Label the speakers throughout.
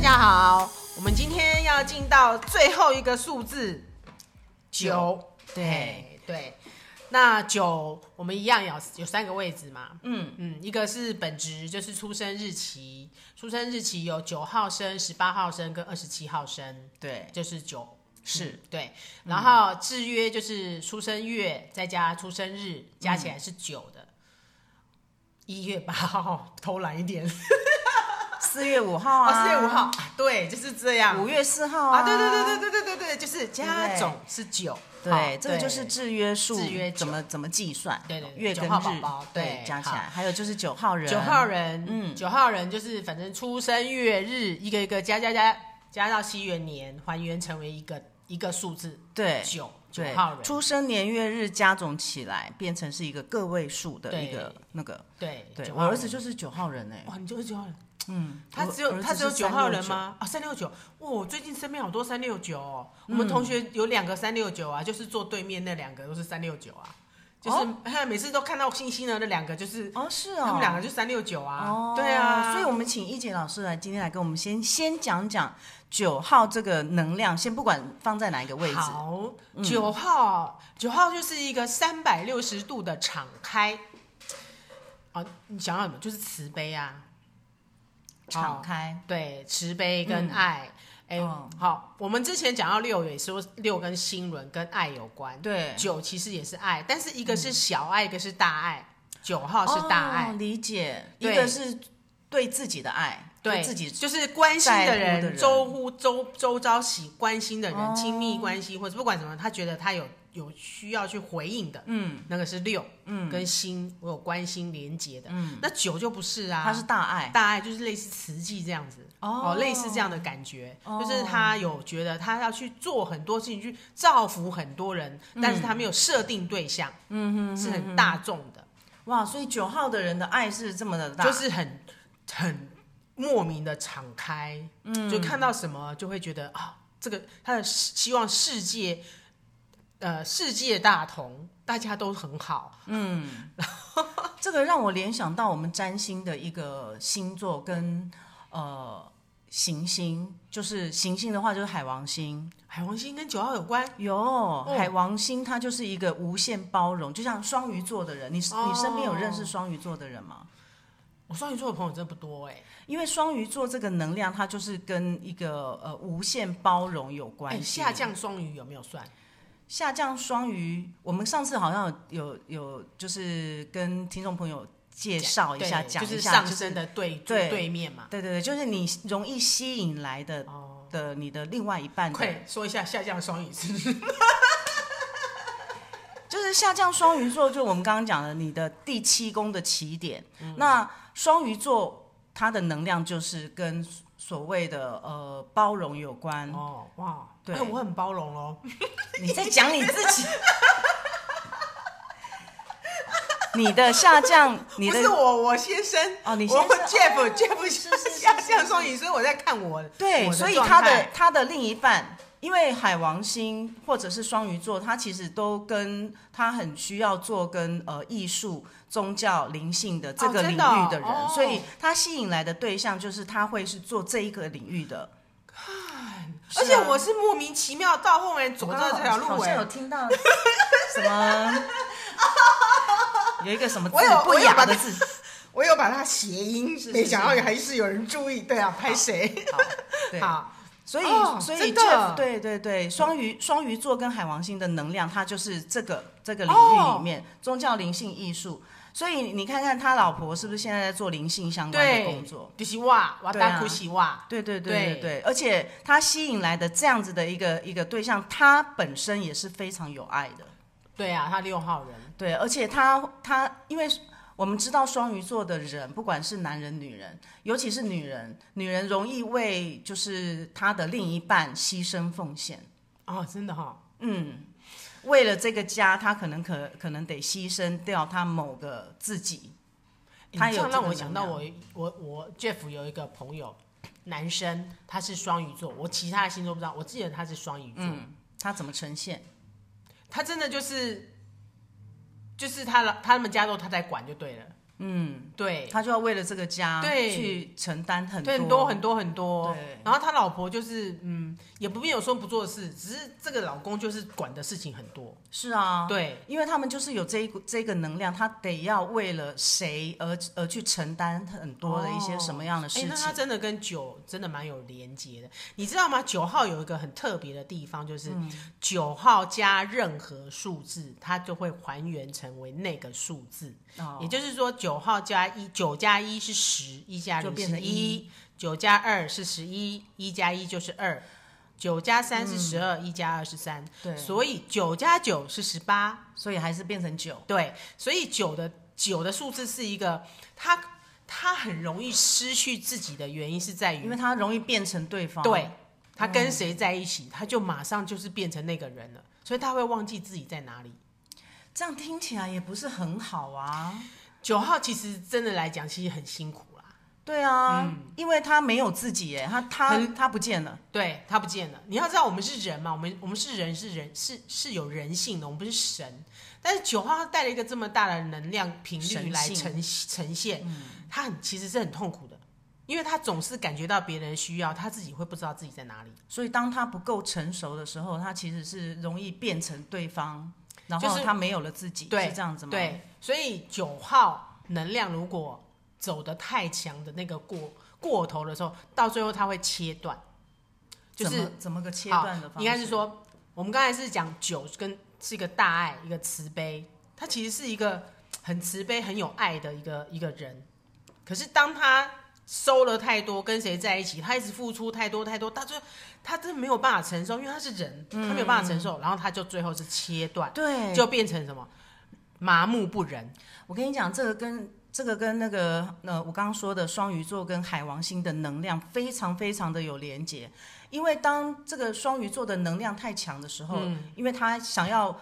Speaker 1: 家好，我们今天要进到最后一个数字九，对对。那九，我们一样有有三个位置嘛？
Speaker 2: 嗯
Speaker 1: 嗯，一个是本职，就是出生日期，出生日期有九号生、十八号生跟二十七号生，
Speaker 2: 对，
Speaker 1: 就是九。
Speaker 2: 是嗯
Speaker 1: 对，然后制约就是出生月再加出生日，加起来是九的。一月八号，偷懒一点。
Speaker 2: 四月五号
Speaker 1: 哦，
Speaker 2: 啊，
Speaker 1: 四月五号，对，就是这样。
Speaker 2: 五月四号
Speaker 1: 啊，对对对对对对对对，就是加总是九，好
Speaker 2: 对，这个就是制约数，
Speaker 1: 制约九
Speaker 2: 怎么怎么计算？
Speaker 1: 对对对
Speaker 2: 月跟
Speaker 1: 九号宝
Speaker 2: 日
Speaker 1: 宝对
Speaker 2: 加起
Speaker 1: 好
Speaker 2: 来，还有就是九号人，
Speaker 1: 九号人，嗯，
Speaker 2: 嗯
Speaker 1: 九号人就是反正出生月日一个一个加加加加到西元年，还原成为一个一个数字
Speaker 2: 对
Speaker 1: 九，九
Speaker 2: 对
Speaker 1: 号，人，
Speaker 2: 出生年月日加总起来变成是一个个位数的
Speaker 1: 对
Speaker 2: 一个那个。
Speaker 1: 对
Speaker 2: 对，
Speaker 1: 九
Speaker 2: 我
Speaker 1: 号
Speaker 2: 儿
Speaker 1: 人
Speaker 2: 子就是九号人哎，
Speaker 1: 哇，你就是九号人，
Speaker 2: 嗯，
Speaker 1: 他
Speaker 2: 我
Speaker 1: 只有
Speaker 2: 儿子
Speaker 1: 他只有
Speaker 2: 是
Speaker 1: 九号人
Speaker 2: 369？
Speaker 1: 吗？啊，三六九，哇，我最近身边好多三六九哦，我
Speaker 2: 嗯
Speaker 1: 们同学有两个三六九啊，就是坐对面那两个都是三六九啊，就是
Speaker 2: 哦
Speaker 1: 哎每次都看到星星的那两个就是。
Speaker 2: 哦，是哦，
Speaker 1: 他们两个就三六九啊，
Speaker 2: 哦，
Speaker 1: 对啊，
Speaker 2: 所以我们请一姐老师来今天来跟我们先先讲讲九号这个能量，先不管放在哪一个位置，嗯
Speaker 1: 好，九号，九号就是一个三百六十度的敞开。哦，你想要什么？就是慈悲啊，哦
Speaker 2: 敞开，嗯
Speaker 1: 对，慈悲跟爱。哎、
Speaker 2: 哦
Speaker 1: 好，我们之前讲到六，也说六跟心轮跟爱有关。
Speaker 2: 对
Speaker 1: 九其实也是爱，但是一个是小爱，一个是大爱。九号是大爱
Speaker 2: 哦，理解，一
Speaker 1: 对
Speaker 2: 个是对自己的爱，
Speaker 1: 对
Speaker 2: 自己
Speaker 1: 就是关心的
Speaker 2: 在乎的
Speaker 1: 人，
Speaker 2: 人
Speaker 1: 周乎周周遭喜关心的人，
Speaker 2: 哦
Speaker 1: 亲密关系或者不管什么，他觉得他有有需要去回应的，嗯，那个是六，嗯，跟心我有关心连接的，嗯，那九就不是啊，
Speaker 2: 他是大爱，
Speaker 1: 大爱就是类似慈济这样子
Speaker 2: 哦
Speaker 1: 类似这样的感觉，
Speaker 2: 哦
Speaker 1: 就是他有觉得他要去做很多事情，去造福很多人，但是他没有设定对象，嗯哼，是很大众的，
Speaker 2: 哇，所以九号的人的爱是这么的大，
Speaker 1: 就是很很莫名的敞开，嗯，就看到什么就会觉得啊，这个他的世希望世界，呃，世界大同，大家都很好，
Speaker 2: 哦这个让我联想到我们占星的一个星座跟呃行星，就是行星的话就是海王星，
Speaker 1: 海王星跟九号有关，
Speaker 2: 有
Speaker 1: 哦
Speaker 2: 海王星，它就是一个无限包容，就像双鱼座的人，你、
Speaker 1: 哦
Speaker 2: 你身边有认识双鱼座的人吗？
Speaker 1: 我双鱼座的朋友真的不多哎、
Speaker 2: 因为双鱼座这个能量，它就是跟一个呃无限包容有
Speaker 1: 哎、
Speaker 2: 关系。
Speaker 1: 下降双鱼有没有算？
Speaker 2: 下降双鱼，我们上次好像有有有就是跟听众朋友介绍一哦下，
Speaker 1: 对
Speaker 2: 讲
Speaker 1: 就
Speaker 2: 一
Speaker 1: 是
Speaker 2: 下，
Speaker 1: 上
Speaker 2: 就是
Speaker 1: 升的对
Speaker 2: 对
Speaker 1: 对面嘛。
Speaker 2: 对对对，就是你容易吸引来的
Speaker 1: 哦，
Speaker 2: 的你的另外一半的，
Speaker 1: 快说一下下降双鱼是
Speaker 2: 就是下降双鱼座，就我们刚刚讲的你的第七宫的起点。
Speaker 1: 嗯
Speaker 2: 那双鱼座它的能量就是跟所谓的呃包容有关。
Speaker 1: 哦哇，
Speaker 2: 对
Speaker 1: 哎我很包容哦。
Speaker 2: 你在讲你自己。 你的下降，你
Speaker 1: 不
Speaker 2: 的
Speaker 1: 是我，我先生
Speaker 2: 哦你先
Speaker 1: 我
Speaker 2: 生
Speaker 1: Jeff Jeff
Speaker 2: 是是是
Speaker 1: 下降双鱼，所以我在看我
Speaker 2: 对，
Speaker 1: 我
Speaker 2: 所以
Speaker 1: 状
Speaker 2: 他的
Speaker 1: 态
Speaker 2: 他的另一半，因为海王星或者是双鱼座，他其实都跟他很需要做跟呃艺术、宗教、灵性的这
Speaker 1: 哦
Speaker 2: 个领
Speaker 1: 真
Speaker 2: 域
Speaker 1: 的哦
Speaker 2: 的人，
Speaker 1: 哦
Speaker 2: 所以他吸引来的对象就是他会是做这一个领域的。
Speaker 1: 而
Speaker 2: 是
Speaker 1: 且
Speaker 2: 啊
Speaker 1: 我是莫名其妙到后面走到这条
Speaker 2: 我刚
Speaker 1: 路
Speaker 2: 好像有
Speaker 1: 哎，
Speaker 2: 听到什 么。有一个什么字
Speaker 1: 我有
Speaker 2: 不
Speaker 1: 我有把
Speaker 2: 雅
Speaker 1: 它
Speaker 2: 的字，
Speaker 1: 我有把它谐音
Speaker 2: 是，
Speaker 1: 没想
Speaker 2: 是
Speaker 1: 到还是有人注意，对啊，拍谁？
Speaker 2: 好，对，
Speaker 1: 好，
Speaker 2: 所以、
Speaker 1: 哦
Speaker 2: 所以
Speaker 1: 真的
Speaker 2: Jeff 对对对，双鱼双鱼座跟海王星的能量，它就是这个这个领域
Speaker 1: 哦
Speaker 2: 里面、宗教、灵性、艺术。所以你看看他老婆是不是现在在做灵性相关的
Speaker 1: 对，
Speaker 2: 工作？
Speaker 1: 就是哇，我
Speaker 2: 对啊
Speaker 1: 大哭喜哇，
Speaker 2: 对对对
Speaker 1: 对
Speaker 2: 对对，而且他吸引来的这样子的一个一个对象，他本身也是非常有爱的。
Speaker 1: 对啊，他六号人，
Speaker 2: 对，而且他他因为我们知道双鱼座的人，不管是男人女人，尤其是女人，女人容易为就是她的另一半牺牲奉献。
Speaker 1: 哦，真的哈，
Speaker 2: 嗯，为了这个家，他可能可可能得牺牲掉他某个自己。
Speaker 1: 欸
Speaker 2: 他
Speaker 1: 你
Speaker 2: 有
Speaker 1: 这样
Speaker 2: 这
Speaker 1: 让
Speaker 2: 个
Speaker 1: 我
Speaker 2: 能
Speaker 1: 想到
Speaker 2: 量
Speaker 1: 我我我 Jeff 有一个朋友，男生他是双鱼座，我其他的星座不知道，我记得他是双鱼座，
Speaker 2: 嗯，他怎么呈现？
Speaker 1: 他真的就是就是他老他们家都他在管就对了，嗯，对，
Speaker 2: 他就要为了这个家
Speaker 1: 对
Speaker 2: 去承担很多
Speaker 1: 对，很多很多很多
Speaker 2: 对。
Speaker 1: 然后他老婆就是，嗯，也不没有说不做事，只是这个老公就是管的事情很多。
Speaker 2: 是啊，
Speaker 1: 对，
Speaker 2: 因为他们就是有这一股这个能量，他得要为了谁而而去承担很多的一些什么样的事
Speaker 1: 哎，
Speaker 2: 情。
Speaker 1: 那他真的跟九真的蛮有连接的，你知道吗？九号有一个很特别的地方，就是
Speaker 2: 嗯
Speaker 1: 九号加任何数字，它就会还原成为那个数字。
Speaker 2: 哦
Speaker 1: 也就是说，九号加一，九加一是十，一加
Speaker 2: 就
Speaker 1: 零
Speaker 2: 变成
Speaker 1: 是一，九加二是十一，一加一就是二，九加三是十二，一加二是三，
Speaker 2: 嗯对，
Speaker 1: 所以九加九是十八，
Speaker 2: 所以还是变成九。
Speaker 1: 对，所以九的九的数字是一个，它它很容易失去自己的原因是在
Speaker 2: 因
Speaker 1: 于，
Speaker 2: 为他容易变成对方。
Speaker 1: 哎
Speaker 2: 嗯
Speaker 1: 对，他跟谁在一起，他就马上就是变成那个人了，所以他会忘记自己在哪里。
Speaker 2: 这样听起来也不是很好
Speaker 1: 嗯
Speaker 2: 啊。
Speaker 1: 九号其实真的来讲，其实很辛苦啦。
Speaker 2: 对啊，因为他没有自己耶，他他
Speaker 1: 很
Speaker 2: 他不见了。
Speaker 1: 对，它不见了。你要知道，我们是人嘛，我们我们是人，是人，是是有人性的，我们不是神。但是九号它带了一个这么大的能量频率
Speaker 2: 神
Speaker 1: 来
Speaker 2: 性嗯
Speaker 1: 呈呈现，他很其实是很痛苦的，因为他总是感觉到别人需要，他自己会不知道自己在哪里，
Speaker 2: 所以当他不够成熟的时候，他其实是容易变成对方，然后
Speaker 1: 就是
Speaker 2: 他没有了自己，
Speaker 1: 对
Speaker 2: 是这样子吗？，
Speaker 1: 对，所以九号能量如果走得太强的那个过过头的时候，到最后他会切断，就
Speaker 2: 怎
Speaker 1: 是
Speaker 2: 么怎么个切
Speaker 1: 好，
Speaker 2: 断的方式？
Speaker 1: 应该是说，我们刚才是讲酒跟是一个大爱，一个慈悲，他其实是一个很慈悲、很有爱的一个一个人。可是当他收了太多，跟谁在一起，他一直付出太多太多，他就他真的没有办法承受，因为他是人，他没有办法承受，然后他就最后是切断，
Speaker 2: 嗯对，
Speaker 1: 就变成什么麻木不仁。
Speaker 2: 我跟你讲，这个跟这个跟那个呃，我刚刚说的双鱼座跟海王星的能量非常非常的有连结，因为当这个双鱼座的能量太强的时候，因为他想要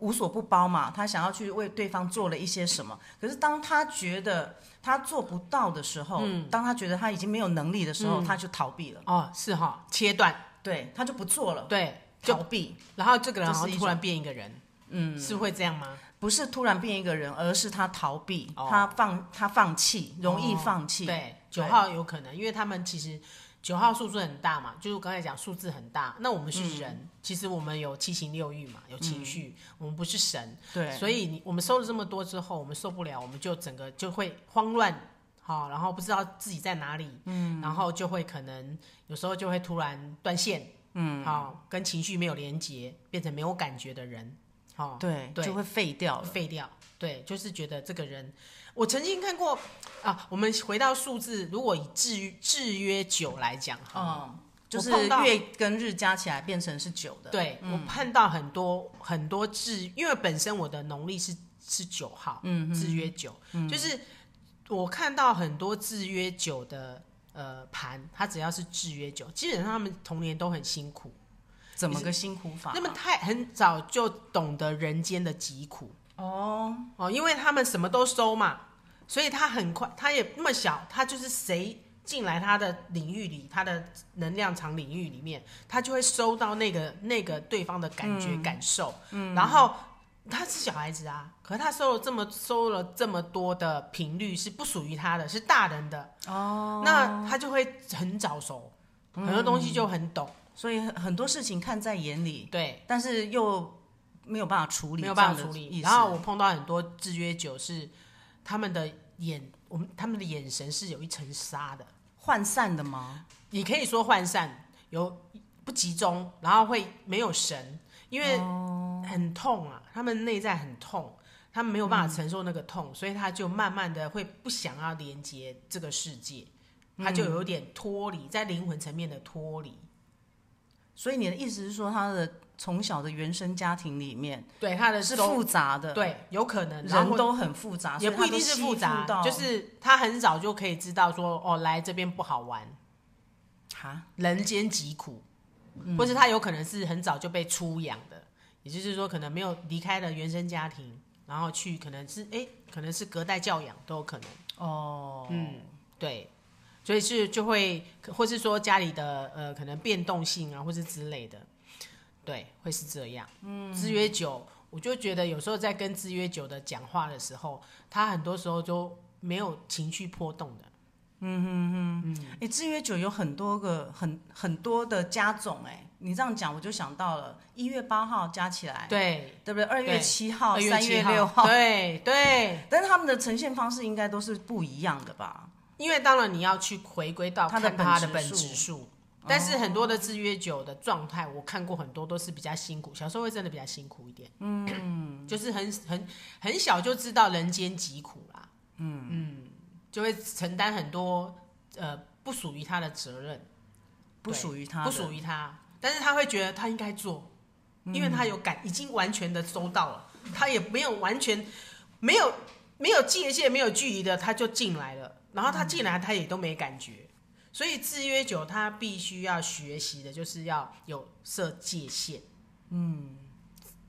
Speaker 2: 无所不包嘛，他想要去为对方做了一些什么，可是当他觉得他做不到的时候，
Speaker 1: 嗯
Speaker 2: 当他觉得他已经没有能力的时候，他就逃避了，
Speaker 1: 哦，是哈、切断，
Speaker 2: 对他就不做了，
Speaker 1: 对，就
Speaker 2: 逃避
Speaker 1: 然后这个人
Speaker 2: 这
Speaker 1: 好
Speaker 2: 是一种
Speaker 1: 像突然变一个人，嗯，是会这样吗？
Speaker 2: 不是突然变一个人，而是他逃避，
Speaker 1: 哦
Speaker 2: 他放他放弃，容易
Speaker 1: 哦
Speaker 2: 放弃，
Speaker 1: 对，
Speaker 2: 对
Speaker 1: 九号有可能，因为他们其实九号数字很大嘛，就是我刚才讲数字很大。那我们是人，其实我们有七情六欲嘛，有情绪，我们不是神，
Speaker 2: 对
Speaker 1: 所以你我们收了这么多之后，我们受不了，我们就整个就会慌乱。好，然后不知道自己在哪里，嗯，然后就会可能有时候就会突然断线，嗯，好，跟情绪没有连接，变成没有感觉的人，好，
Speaker 2: 对，
Speaker 1: 对
Speaker 2: 就会废掉了。
Speaker 1: 废掉。对，就是觉得这个人，我曾经看过啊。我们回到数字，如果以制制约九来讲哈，
Speaker 2: 嗯，就
Speaker 1: 我
Speaker 2: 是
Speaker 1: 碰到
Speaker 2: 月跟日加起来变成是九的。，嗯
Speaker 1: 对、我看到很多很多制，因为本身我的农历是是九号，嗯，制约九，就是我看到很多制约九的呃盘，它只要是制约九，基本上他们童年都很辛苦，
Speaker 2: 怎么个辛苦法？
Speaker 1: 那么太很早就懂得人间的疾苦，
Speaker 2: 哦，
Speaker 1: 哦，因为他们什么都收嘛，所以他很快，他也那么小，他就是谁进来他的领域里，他的能量场领域里面，他就会收到那个那个对方的感觉、感受，嗯，然后。他是小孩子啊，可是他收了这么收了这么多的频率是不属于他的，是大人的哦。那他就会很早熟，很多东西就很懂，
Speaker 2: 所以很很多事情看在眼里，
Speaker 1: 对，
Speaker 2: 但是又没有办法处理，
Speaker 1: 没有办法
Speaker 2: 这样
Speaker 1: 处
Speaker 2: 的
Speaker 1: 理。
Speaker 2: 意思
Speaker 1: 然后我碰到很多制约酒是他们的眼，我们他们的眼神是有一层纱的，
Speaker 2: 涣散的吗？
Speaker 1: 你可以说涣散，有不集中，然后会没有神，因为
Speaker 2: 哦
Speaker 1: 很痛啊，他们内在很痛。他们没有
Speaker 2: 嗯
Speaker 1: 办法承受那个痛，所以他就慢慢的会不想要连接这个世界，他
Speaker 2: 嗯
Speaker 1: 就有点脱离，在灵魂层面的脱离。
Speaker 2: 所以你的意思是说，他的从小的原生家庭里面
Speaker 1: 对，他的
Speaker 2: 是
Speaker 1: 收
Speaker 2: 复杂的，，
Speaker 1: 呃对，有可能然后
Speaker 2: 人都很复杂，
Speaker 1: 也
Speaker 2: 啊所以
Speaker 1: 不
Speaker 2: 他
Speaker 1: 一定
Speaker 2: 都
Speaker 1: 是
Speaker 2: 吸
Speaker 1: 复
Speaker 2: 附
Speaker 1: 杂
Speaker 2: 到，
Speaker 1: 就是他很早就可以知道说，哦，来这边不好玩，
Speaker 2: 哈，
Speaker 1: 人间疾苦，
Speaker 2: 嗯
Speaker 1: 或是他有可能是很早就被出养的，也就是说，可能没有离开了原生家庭，然后去可能是哎，可能是隔代教养都有可能，
Speaker 2: 哦，
Speaker 1: 嗯，对，所以是就会，或是说家里的呃可能变动性啊，或是之类的，对，会是这样。嗯，制约酒，我就觉得有时候在跟制约酒的讲话的时候，他很多时候就没有情绪波动的。
Speaker 2: 哎，制约酒有很多个很很多的加总，哎，你这样讲我就想到了，一月八号加起来，
Speaker 1: 对，
Speaker 2: 对不对？二月
Speaker 1: 对
Speaker 2: 七哎号、
Speaker 1: 2
Speaker 2: 三
Speaker 1: 7
Speaker 2: 六号，
Speaker 1: 对对，
Speaker 2: 但是他们的呈现方式应该都是不一样的吧？
Speaker 1: 因为当然你要去回归到
Speaker 2: 它的
Speaker 1: 看
Speaker 2: 本
Speaker 1: 它的
Speaker 2: 质
Speaker 1: 本
Speaker 2: 数哦
Speaker 1: 质数，但是很多的制约酒的状态，我看过很多都是比较辛苦，小时候会真的比较辛苦一点，嗯， 就是很很很小就知道人间疾苦啦，嗯嗯，就会承担很多呃不属于他的责任，
Speaker 2: 不
Speaker 1: 对
Speaker 2: 属于他的，
Speaker 1: 不属于他，但是他会觉得他应该做，
Speaker 2: 嗯
Speaker 1: 因为他有感，已经完全的收到了，他也没有完全没有没有界限、没有距离的，他就进来了。然后他进来，他也都没感觉。所以制约酒，他必须要学习的就是要有设界限，嗯，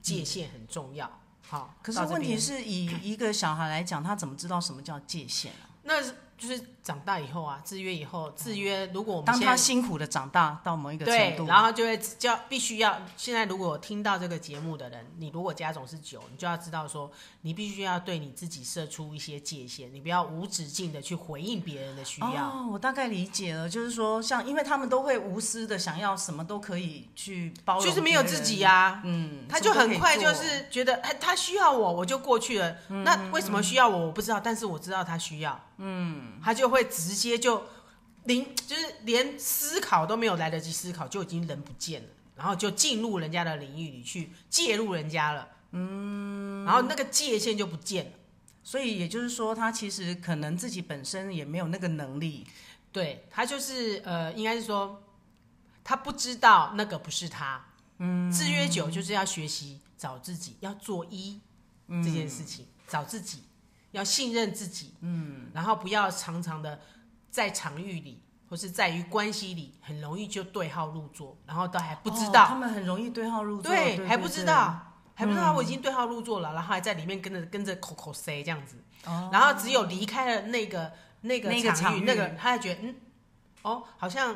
Speaker 1: 界限很重要。好，
Speaker 2: 可是
Speaker 1: 到这
Speaker 2: 问题
Speaker 1: 边
Speaker 2: 是以一个小孩来讲，他怎么知道什么叫界限啊？
Speaker 1: 那就是长大以后啊，制约以后，制约如果我们
Speaker 2: 当
Speaker 1: 现
Speaker 2: 他
Speaker 1: 在
Speaker 2: 辛苦的长大到某一个程
Speaker 1: 对
Speaker 2: 度，，
Speaker 1: 然后就会叫必须要。现在如果听到这个节目的人，你如果家总是酒，你就要知道说，你必须要对你自己设出一些界限，你不要无止境的去回应别人的需要。
Speaker 2: 哦，我大概理解了，就是说，像因为他们都会无私的想要什么都可以去包容，
Speaker 1: 就是没有自己、啊呀、
Speaker 2: 嗯，
Speaker 1: 他
Speaker 2: 什
Speaker 1: 就
Speaker 2: 么都可
Speaker 1: 很
Speaker 2: 以
Speaker 1: 快就
Speaker 2: 做嗯
Speaker 1: 是觉得，哎，他需要我，我就过去了。那为什么需要我？我不知道，但是我知道他需要。嗯，他就会直接就零，就是连思考都没有来得及思考，就已经人不见了，然后就进入人家的领域里去介入人家了。嗯，然后那个界限就不见了。
Speaker 2: 所以也就是说，他其实可能自己本身也没有那个能力，
Speaker 1: 对他就是呃，应该是说他不知道那个不是他。嗯，制约酒就是要学习找自己，要做一这
Speaker 2: 嗯
Speaker 1: 件事情，找自己，要信任自己。嗯，然后不要常常的在场域里或是在于关系里，很容易就对号入座，然后都还不知
Speaker 2: 哦
Speaker 1: 道，
Speaker 2: 他们很容易对号入座，
Speaker 1: 对，还不知，道，还不知道
Speaker 2: 嗯
Speaker 1: 我已经对号入座了，然后还在里面跟着跟着口口 say 这样子，
Speaker 2: 哦
Speaker 1: 然后只有离开了那个那个
Speaker 2: 那个
Speaker 1: 场
Speaker 2: 场域
Speaker 1: 那个，他才觉得嗯，哦，好像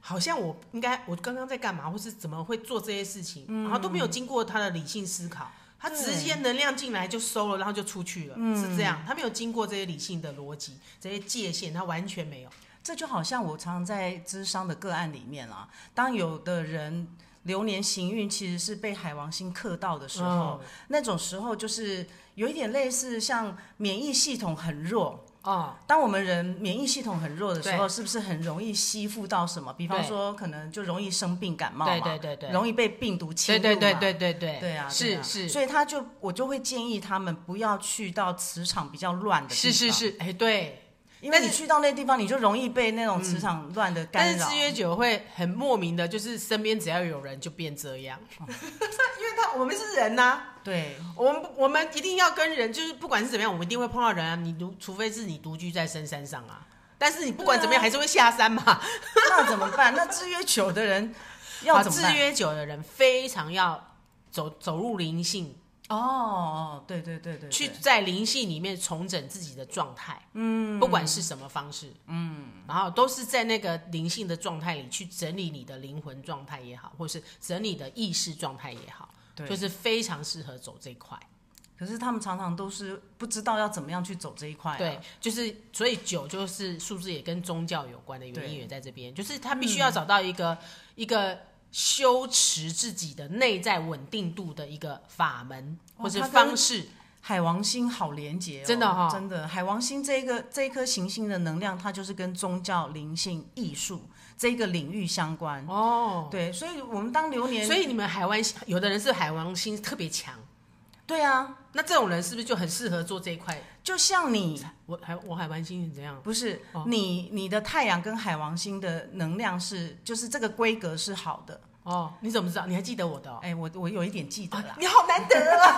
Speaker 1: 好像我应该我刚刚在干嘛，或是怎么会做这些事情，然后都没有经过他的理性思考。他
Speaker 2: 嗯对嗯
Speaker 1: 直接能量进来就收了，然后就出去了，是这样。他没有经过这些理性的逻辑、这些界限，他完全没有。
Speaker 2: 这就好像我常常在智商的个案里面啊，当有的人流年行运其实是被海王星克到的时
Speaker 1: 嗯
Speaker 2: 候，那种时候就是有一点类似像免疫系统很弱。
Speaker 1: 哦，
Speaker 2: 当我们人免疫系统很弱的时候，
Speaker 1: 对
Speaker 2: 是不是很容易吸附到什么？比方
Speaker 1: 对
Speaker 2: 说，可能就容易生病感冒嘛，
Speaker 1: 对对对对，
Speaker 2: 容易被病毒侵
Speaker 1: 对
Speaker 2: 入嘛，
Speaker 1: 对对对对对，
Speaker 2: 对啊，对
Speaker 1: 是
Speaker 2: 啊
Speaker 1: 是，
Speaker 2: 所以他就我就会建议他们不要去到磁场比较乱的地方，
Speaker 1: 是是，是，哎、对。
Speaker 2: 因为
Speaker 1: 但
Speaker 2: 你
Speaker 1: 是
Speaker 2: 去到那地方，你就容易被那种磁场乱的
Speaker 1: 嗯但
Speaker 2: 干
Speaker 1: 是
Speaker 2: 扰。
Speaker 1: 制约酒会很莫名的，就是身边只要有人就变这 样，因为他我们是人呐、
Speaker 2: 对，
Speaker 1: 我们我们一定要跟人，就是不管是怎么样，我们一定会碰到人啊。你独除非是你独居在深山上啊，但是你不管怎么
Speaker 2: 啊
Speaker 1: 样、还是会下山嘛。
Speaker 2: 那怎么办？那制约酒的人要
Speaker 1: 好
Speaker 2: 怎么
Speaker 1: 制
Speaker 2: 办？
Speaker 1: 约酒的人非常要走走入灵性，
Speaker 2: 哦哦，对对对对，对
Speaker 1: 去在灵性里面重整自己的状态，嗯，不管是什么方式，嗯，然后都是在那个灵性的状态里去整理你的灵魂状态也好，或是整理的意识状态也好，
Speaker 2: 对
Speaker 1: 就是非常适合走这一块。
Speaker 2: 可是他们常常都是不知道要怎么样去走这一块、啊。
Speaker 1: 对，就是所以九就是数字也跟宗教有关的原
Speaker 2: 对嗯
Speaker 1: 因也在这边，就是他必须要找到一个、一个修持自己的内在稳定度的一个法门
Speaker 2: 哇
Speaker 1: 或是
Speaker 2: 哦它跟
Speaker 1: 方式，
Speaker 2: 海王星好连结、哦，
Speaker 1: 真的哈
Speaker 2: 真的。海王星这一个这一颗行星的能量，它就是跟宗教、灵性、艺术这个领域相关。
Speaker 1: 哦。
Speaker 2: 对，所以我们当流年，
Speaker 1: 所以你们海湾有的人是海王星特别强，
Speaker 2: 对啊，
Speaker 1: 那这种人是不是就很适合做这一块？
Speaker 2: 就像你
Speaker 1: 我海我海王星是怎样？
Speaker 2: 不是、
Speaker 1: 哦
Speaker 2: 你你的太阳跟海王星的能量是，就是这个规格是好的。
Speaker 1: 哦，你怎么知道？你还记得我的、哦？
Speaker 2: 哎，我我有一点记得哦啦，
Speaker 1: 你好难得 啊！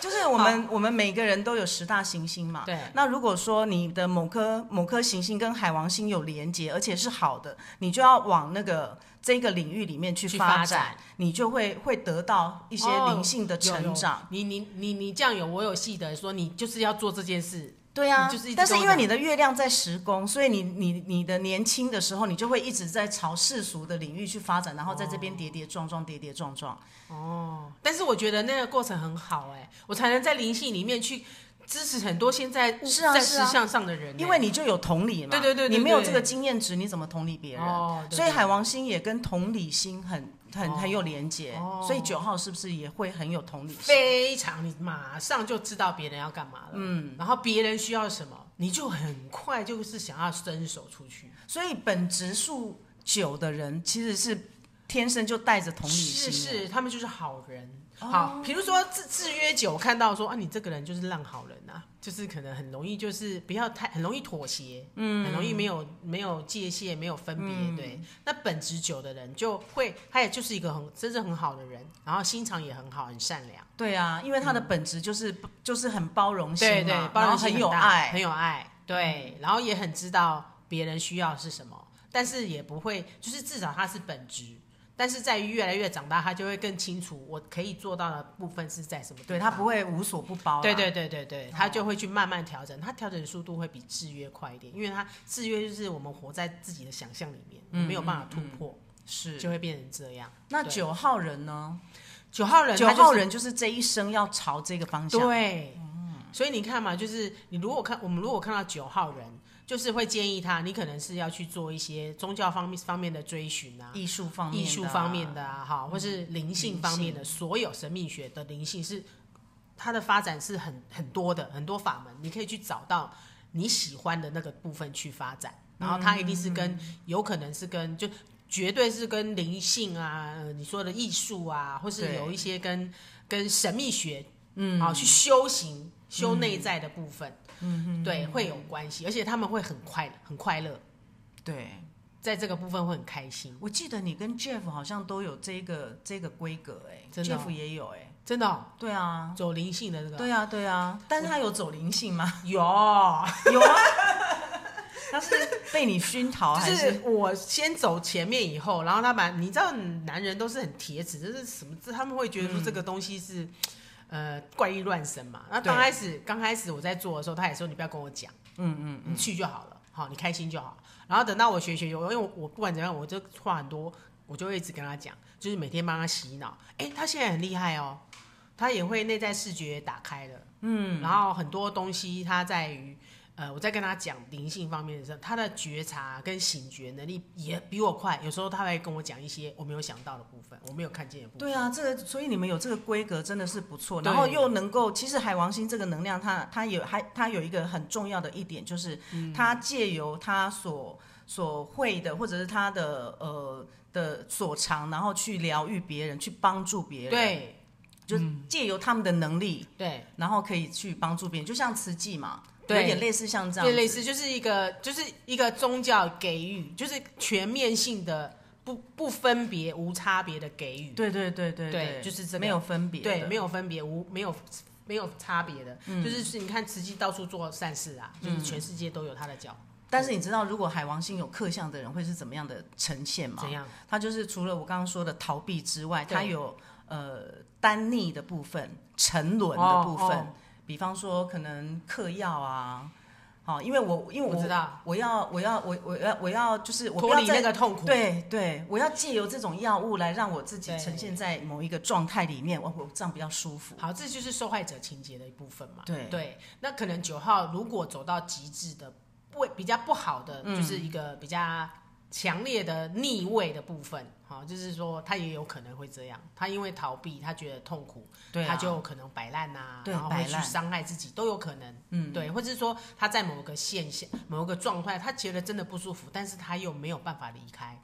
Speaker 2: 就是我们我们每个人都有十大行星嘛。
Speaker 1: 对
Speaker 2: 那如果说你的某颗某颗行星跟海王星有连接，而且是好的，你就要往那个这个领域里面去
Speaker 1: 去
Speaker 2: 发展，
Speaker 1: 发展
Speaker 2: 你就会会得到一些
Speaker 1: 哦
Speaker 2: 灵性的成长。
Speaker 1: 有有你你你你这样有，我有记得说你就是要做这件事，
Speaker 2: 对啊，
Speaker 1: 你就是一直
Speaker 2: 但是
Speaker 1: 跟我
Speaker 2: 因为
Speaker 1: 讲
Speaker 2: 你的月亮在十宫，所以你你你的年轻的时候，你就会一直在朝世俗的领域去发展，然后在这
Speaker 1: 哦
Speaker 2: 边跌跌撞撞，跌跌撞撞。
Speaker 1: 欸但是我觉得那个过程很好哎、我才能在灵性里面去支持很多现在物
Speaker 2: 是啊
Speaker 1: 在
Speaker 2: 是
Speaker 1: 实
Speaker 2: 啊
Speaker 1: 项上的人欸呢，
Speaker 2: 因为你就有同理嘛，
Speaker 1: 对对对对
Speaker 2: 你没有
Speaker 1: 对
Speaker 2: 这个经验值，你怎么同理别人？
Speaker 1: 哦，对
Speaker 2: 所以
Speaker 1: 对
Speaker 2: 海王星也跟同理心很很
Speaker 1: 哦
Speaker 2: 很有连结，
Speaker 1: 哦
Speaker 2: 所以九号是不是也会很有同理心？
Speaker 1: 非常，你马上就知道别人要干嘛了，嗯，然后别人需要什么，你就很快就是想要伸手出去，
Speaker 2: 所以本质数九的人其实是天生就带着同理
Speaker 1: 是
Speaker 2: 心，哦
Speaker 1: 是，他们就是好人。好，比如说制制约九，看到说啊，你这个人就是烂好人啊，就是可能很容易就是不要太很容易妥协，嗯，很容易没有没有界限，没有分别，
Speaker 2: 嗯
Speaker 1: 对。那本质九的人就会，他也就是一个很真正很好的人，然后心肠也很好，很善良，
Speaker 2: 对啊，因为他的本质就是、就是很包容心嘛，
Speaker 1: 对对，包
Speaker 2: 然后
Speaker 1: 容心
Speaker 2: 很有
Speaker 1: 大
Speaker 2: 爱，
Speaker 1: 很有爱，对，然后也很知道别人需要是什么，但是也不会，就是至少他是本质。但是在于越来越长大，他就会更清楚我可以做到的部分是在什么地
Speaker 2: 对
Speaker 1: 方
Speaker 2: 他不会哦无所不包啦，
Speaker 1: 对对对对对，他就会去慢慢调整，他调整速度会比制约快一点，因为他制约就是我们活在自己的想象里面，
Speaker 2: 嗯。
Speaker 1: 没有办法突破，就是
Speaker 2: 嗯
Speaker 1: 会变成这样。
Speaker 2: 那
Speaker 1: 对
Speaker 2: 九号人呢？
Speaker 1: 九号人，
Speaker 2: 九
Speaker 1: 他就是
Speaker 2: 号人就是这一生要朝这个方向，啊
Speaker 1: 对，嗯所以你看嘛，就是你如果看我们如果看到九号人，就是会建议他，你可能是要去做一些宗教方面方面的追寻啊。
Speaker 2: 艺术方面的
Speaker 1: 艺
Speaker 2: 啊、
Speaker 1: 术方面的啊，哈，或是灵性方面的，
Speaker 2: 灵
Speaker 1: 所有神秘学的灵性是它的发展是很很多的，很多法门，你可以去找到你喜欢的那个部分去发展。然后它一定是跟，
Speaker 2: 嗯
Speaker 1: 有可能是跟，就绝对是跟灵性啊，呃你说的艺术啊，或是
Speaker 2: 对
Speaker 1: 有一些跟跟神秘学，嗯，好去修行、修内在的部分，嗯，对，会有关系，而且他们会很快很快乐，
Speaker 2: 对。
Speaker 1: 在这个部分会很开心，
Speaker 2: 我记得你跟 Jeff 好像都有这个这个规格哎、
Speaker 1: 真
Speaker 2: j e
Speaker 1: 的哦
Speaker 2: f f 也有哎、
Speaker 1: 真的哦、
Speaker 2: 对啊，
Speaker 1: 走灵性的这个。
Speaker 2: 对啊，对啊，但是他有走灵性吗？
Speaker 1: 有，哦
Speaker 2: 有啊， 他是被你熏陶还？
Speaker 1: 就是
Speaker 2: 嗯
Speaker 1: 是我先走前面以后，然后他把你知道男人都是很铁齿，这是什么？这他们会觉得说这个东西是、呃怪力乱神嘛。那刚
Speaker 2: 对
Speaker 1: 开始刚开始我在做的时候，他也说你不要跟我讲，
Speaker 2: 嗯嗯
Speaker 1: 你去就好了，好你开心就好。然后等到我学学，我因为我我不管怎样，我就话很多，我就会一直跟他讲，就是每天帮他洗脑。哎、他现在很厉害哦，他也会内在视觉打开了。
Speaker 2: 嗯，
Speaker 1: 然后很多东西，他在于，呃，我在跟他讲灵性方面的时候，他的觉察跟醒觉能力也比我快。有时候他会跟我讲一些我没有想到的部分，我没有看见的部分。
Speaker 2: 对啊，这个所以你们有这个规格真的是不错，
Speaker 1: 对
Speaker 2: 然后又能够，其实海王星这个能量它，它有还它有一个很重要的一点，就是
Speaker 1: 嗯
Speaker 2: 它借由它所所会的，或者是它的呃的所长，然后去疗愈别人，去帮助别人，，
Speaker 1: 对嗯
Speaker 2: 就借由他们的能力，
Speaker 1: 对
Speaker 2: 然后可以去帮助别人，就像慈济嘛，有
Speaker 1: 对
Speaker 2: 点类似像这样
Speaker 1: 对，
Speaker 2: 子，
Speaker 1: 类似就是一个就是一个宗教给予，就是全面性的，不不分别、无差别的给予。
Speaker 2: 对对对对
Speaker 1: 对就是这个
Speaker 2: 没有分别的，
Speaker 1: 对，没有分别，无没有没有差别的，
Speaker 2: 嗯
Speaker 1: 就是是你看慈济到处做善事啊，就是全世界都有他的脚，
Speaker 2: 但是你知道，如果海王星有克相的人会是怎么样的呈现吗
Speaker 1: 怎？样？
Speaker 2: 他就是除了我刚刚说的逃避之外，
Speaker 1: 对
Speaker 2: 他有呃单逆的部分、沉沦的部分，
Speaker 1: 哦哦
Speaker 2: 比方说可能嗑药啊。好，因为我因为我
Speaker 1: 我知道，
Speaker 2: 我要我要我我要我要就是我不
Speaker 1: 脱
Speaker 2: 要
Speaker 1: 离
Speaker 2: 再
Speaker 1: 那个痛苦。
Speaker 2: 对对，我要借由这种药物来让我自己
Speaker 1: 对
Speaker 2: 呈现在某一个状态里面，我我这样比较舒服。
Speaker 1: 好，这就是受害者情节的一部分嘛。
Speaker 2: 对
Speaker 1: 那可能九号如果走到极致的不比较不好的，
Speaker 2: 嗯
Speaker 1: 就是一个比较强烈的逆位的部分。好，就是说他也有可能会这样，他因为逃避，他觉得痛苦，
Speaker 2: 对啊、
Speaker 1: 他就可能摆烂呐、
Speaker 2: 对
Speaker 1: 然后会
Speaker 2: 摆
Speaker 1: 去
Speaker 2: 烂
Speaker 1: 伤害自己，都有可能。
Speaker 2: 嗯
Speaker 1: 对，或者是说他在某个现象、某个状态，他觉得真的不舒服，但是他又没有办法离开。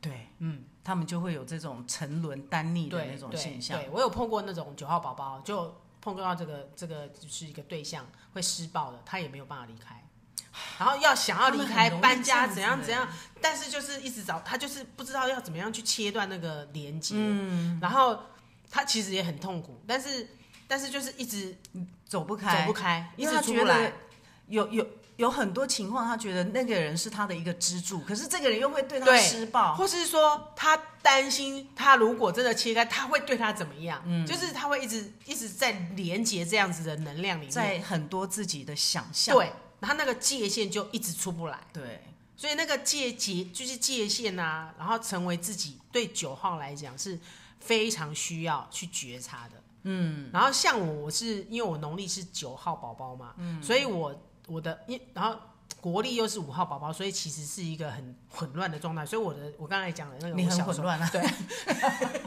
Speaker 2: 对，
Speaker 1: 嗯，
Speaker 2: 他们就会有这种沉沦单逆的
Speaker 1: 对
Speaker 2: 那种
Speaker 1: 对
Speaker 2: 现象。
Speaker 1: 对我有碰过那种九号宝宝，就碰到这个这个就是一个对象会施暴的，他也没有办法离开。然后要想要离开
Speaker 2: 他们很容易
Speaker 1: 搬家
Speaker 2: 这
Speaker 1: 怎
Speaker 2: 样
Speaker 1: 样
Speaker 2: 子欸
Speaker 1: 怎样，但是就是一直找他，就是不知道要怎么样去切断那个连接。嗯，然后他其实也很痛苦，但是但是就是一直
Speaker 2: 走不
Speaker 1: 走
Speaker 2: 开，
Speaker 1: 不开，一
Speaker 2: 因为
Speaker 1: 直
Speaker 2: 他
Speaker 1: 出
Speaker 2: 觉
Speaker 1: 不来
Speaker 2: 得。有有有很多情况，他觉得那个人是他的一个支柱，可是这个人又会对他
Speaker 1: 对
Speaker 2: 施暴，
Speaker 1: 或是说他担心，他如果真的切开，他会对他怎么样？嗯，就是他会一直一直在连接这样子的能量里面，
Speaker 2: 在很多自己的想象。
Speaker 1: 对，他那个界限就一直出不来，
Speaker 2: 对
Speaker 1: 所以那个界节就是界限啊，然后成为自己对九号来讲是非常需要去觉察的。嗯，然后像我，我是因为我农历是九号宝宝嘛，嗯，所以我我的因然后国历又是五号宝宝，所以其实是一个很混乱的状态。所以我的我刚才讲的那个，
Speaker 2: 你
Speaker 1: 我
Speaker 2: 很
Speaker 1: 小
Speaker 2: 混
Speaker 1: 时候，
Speaker 2: 乱啊。
Speaker 1: 对，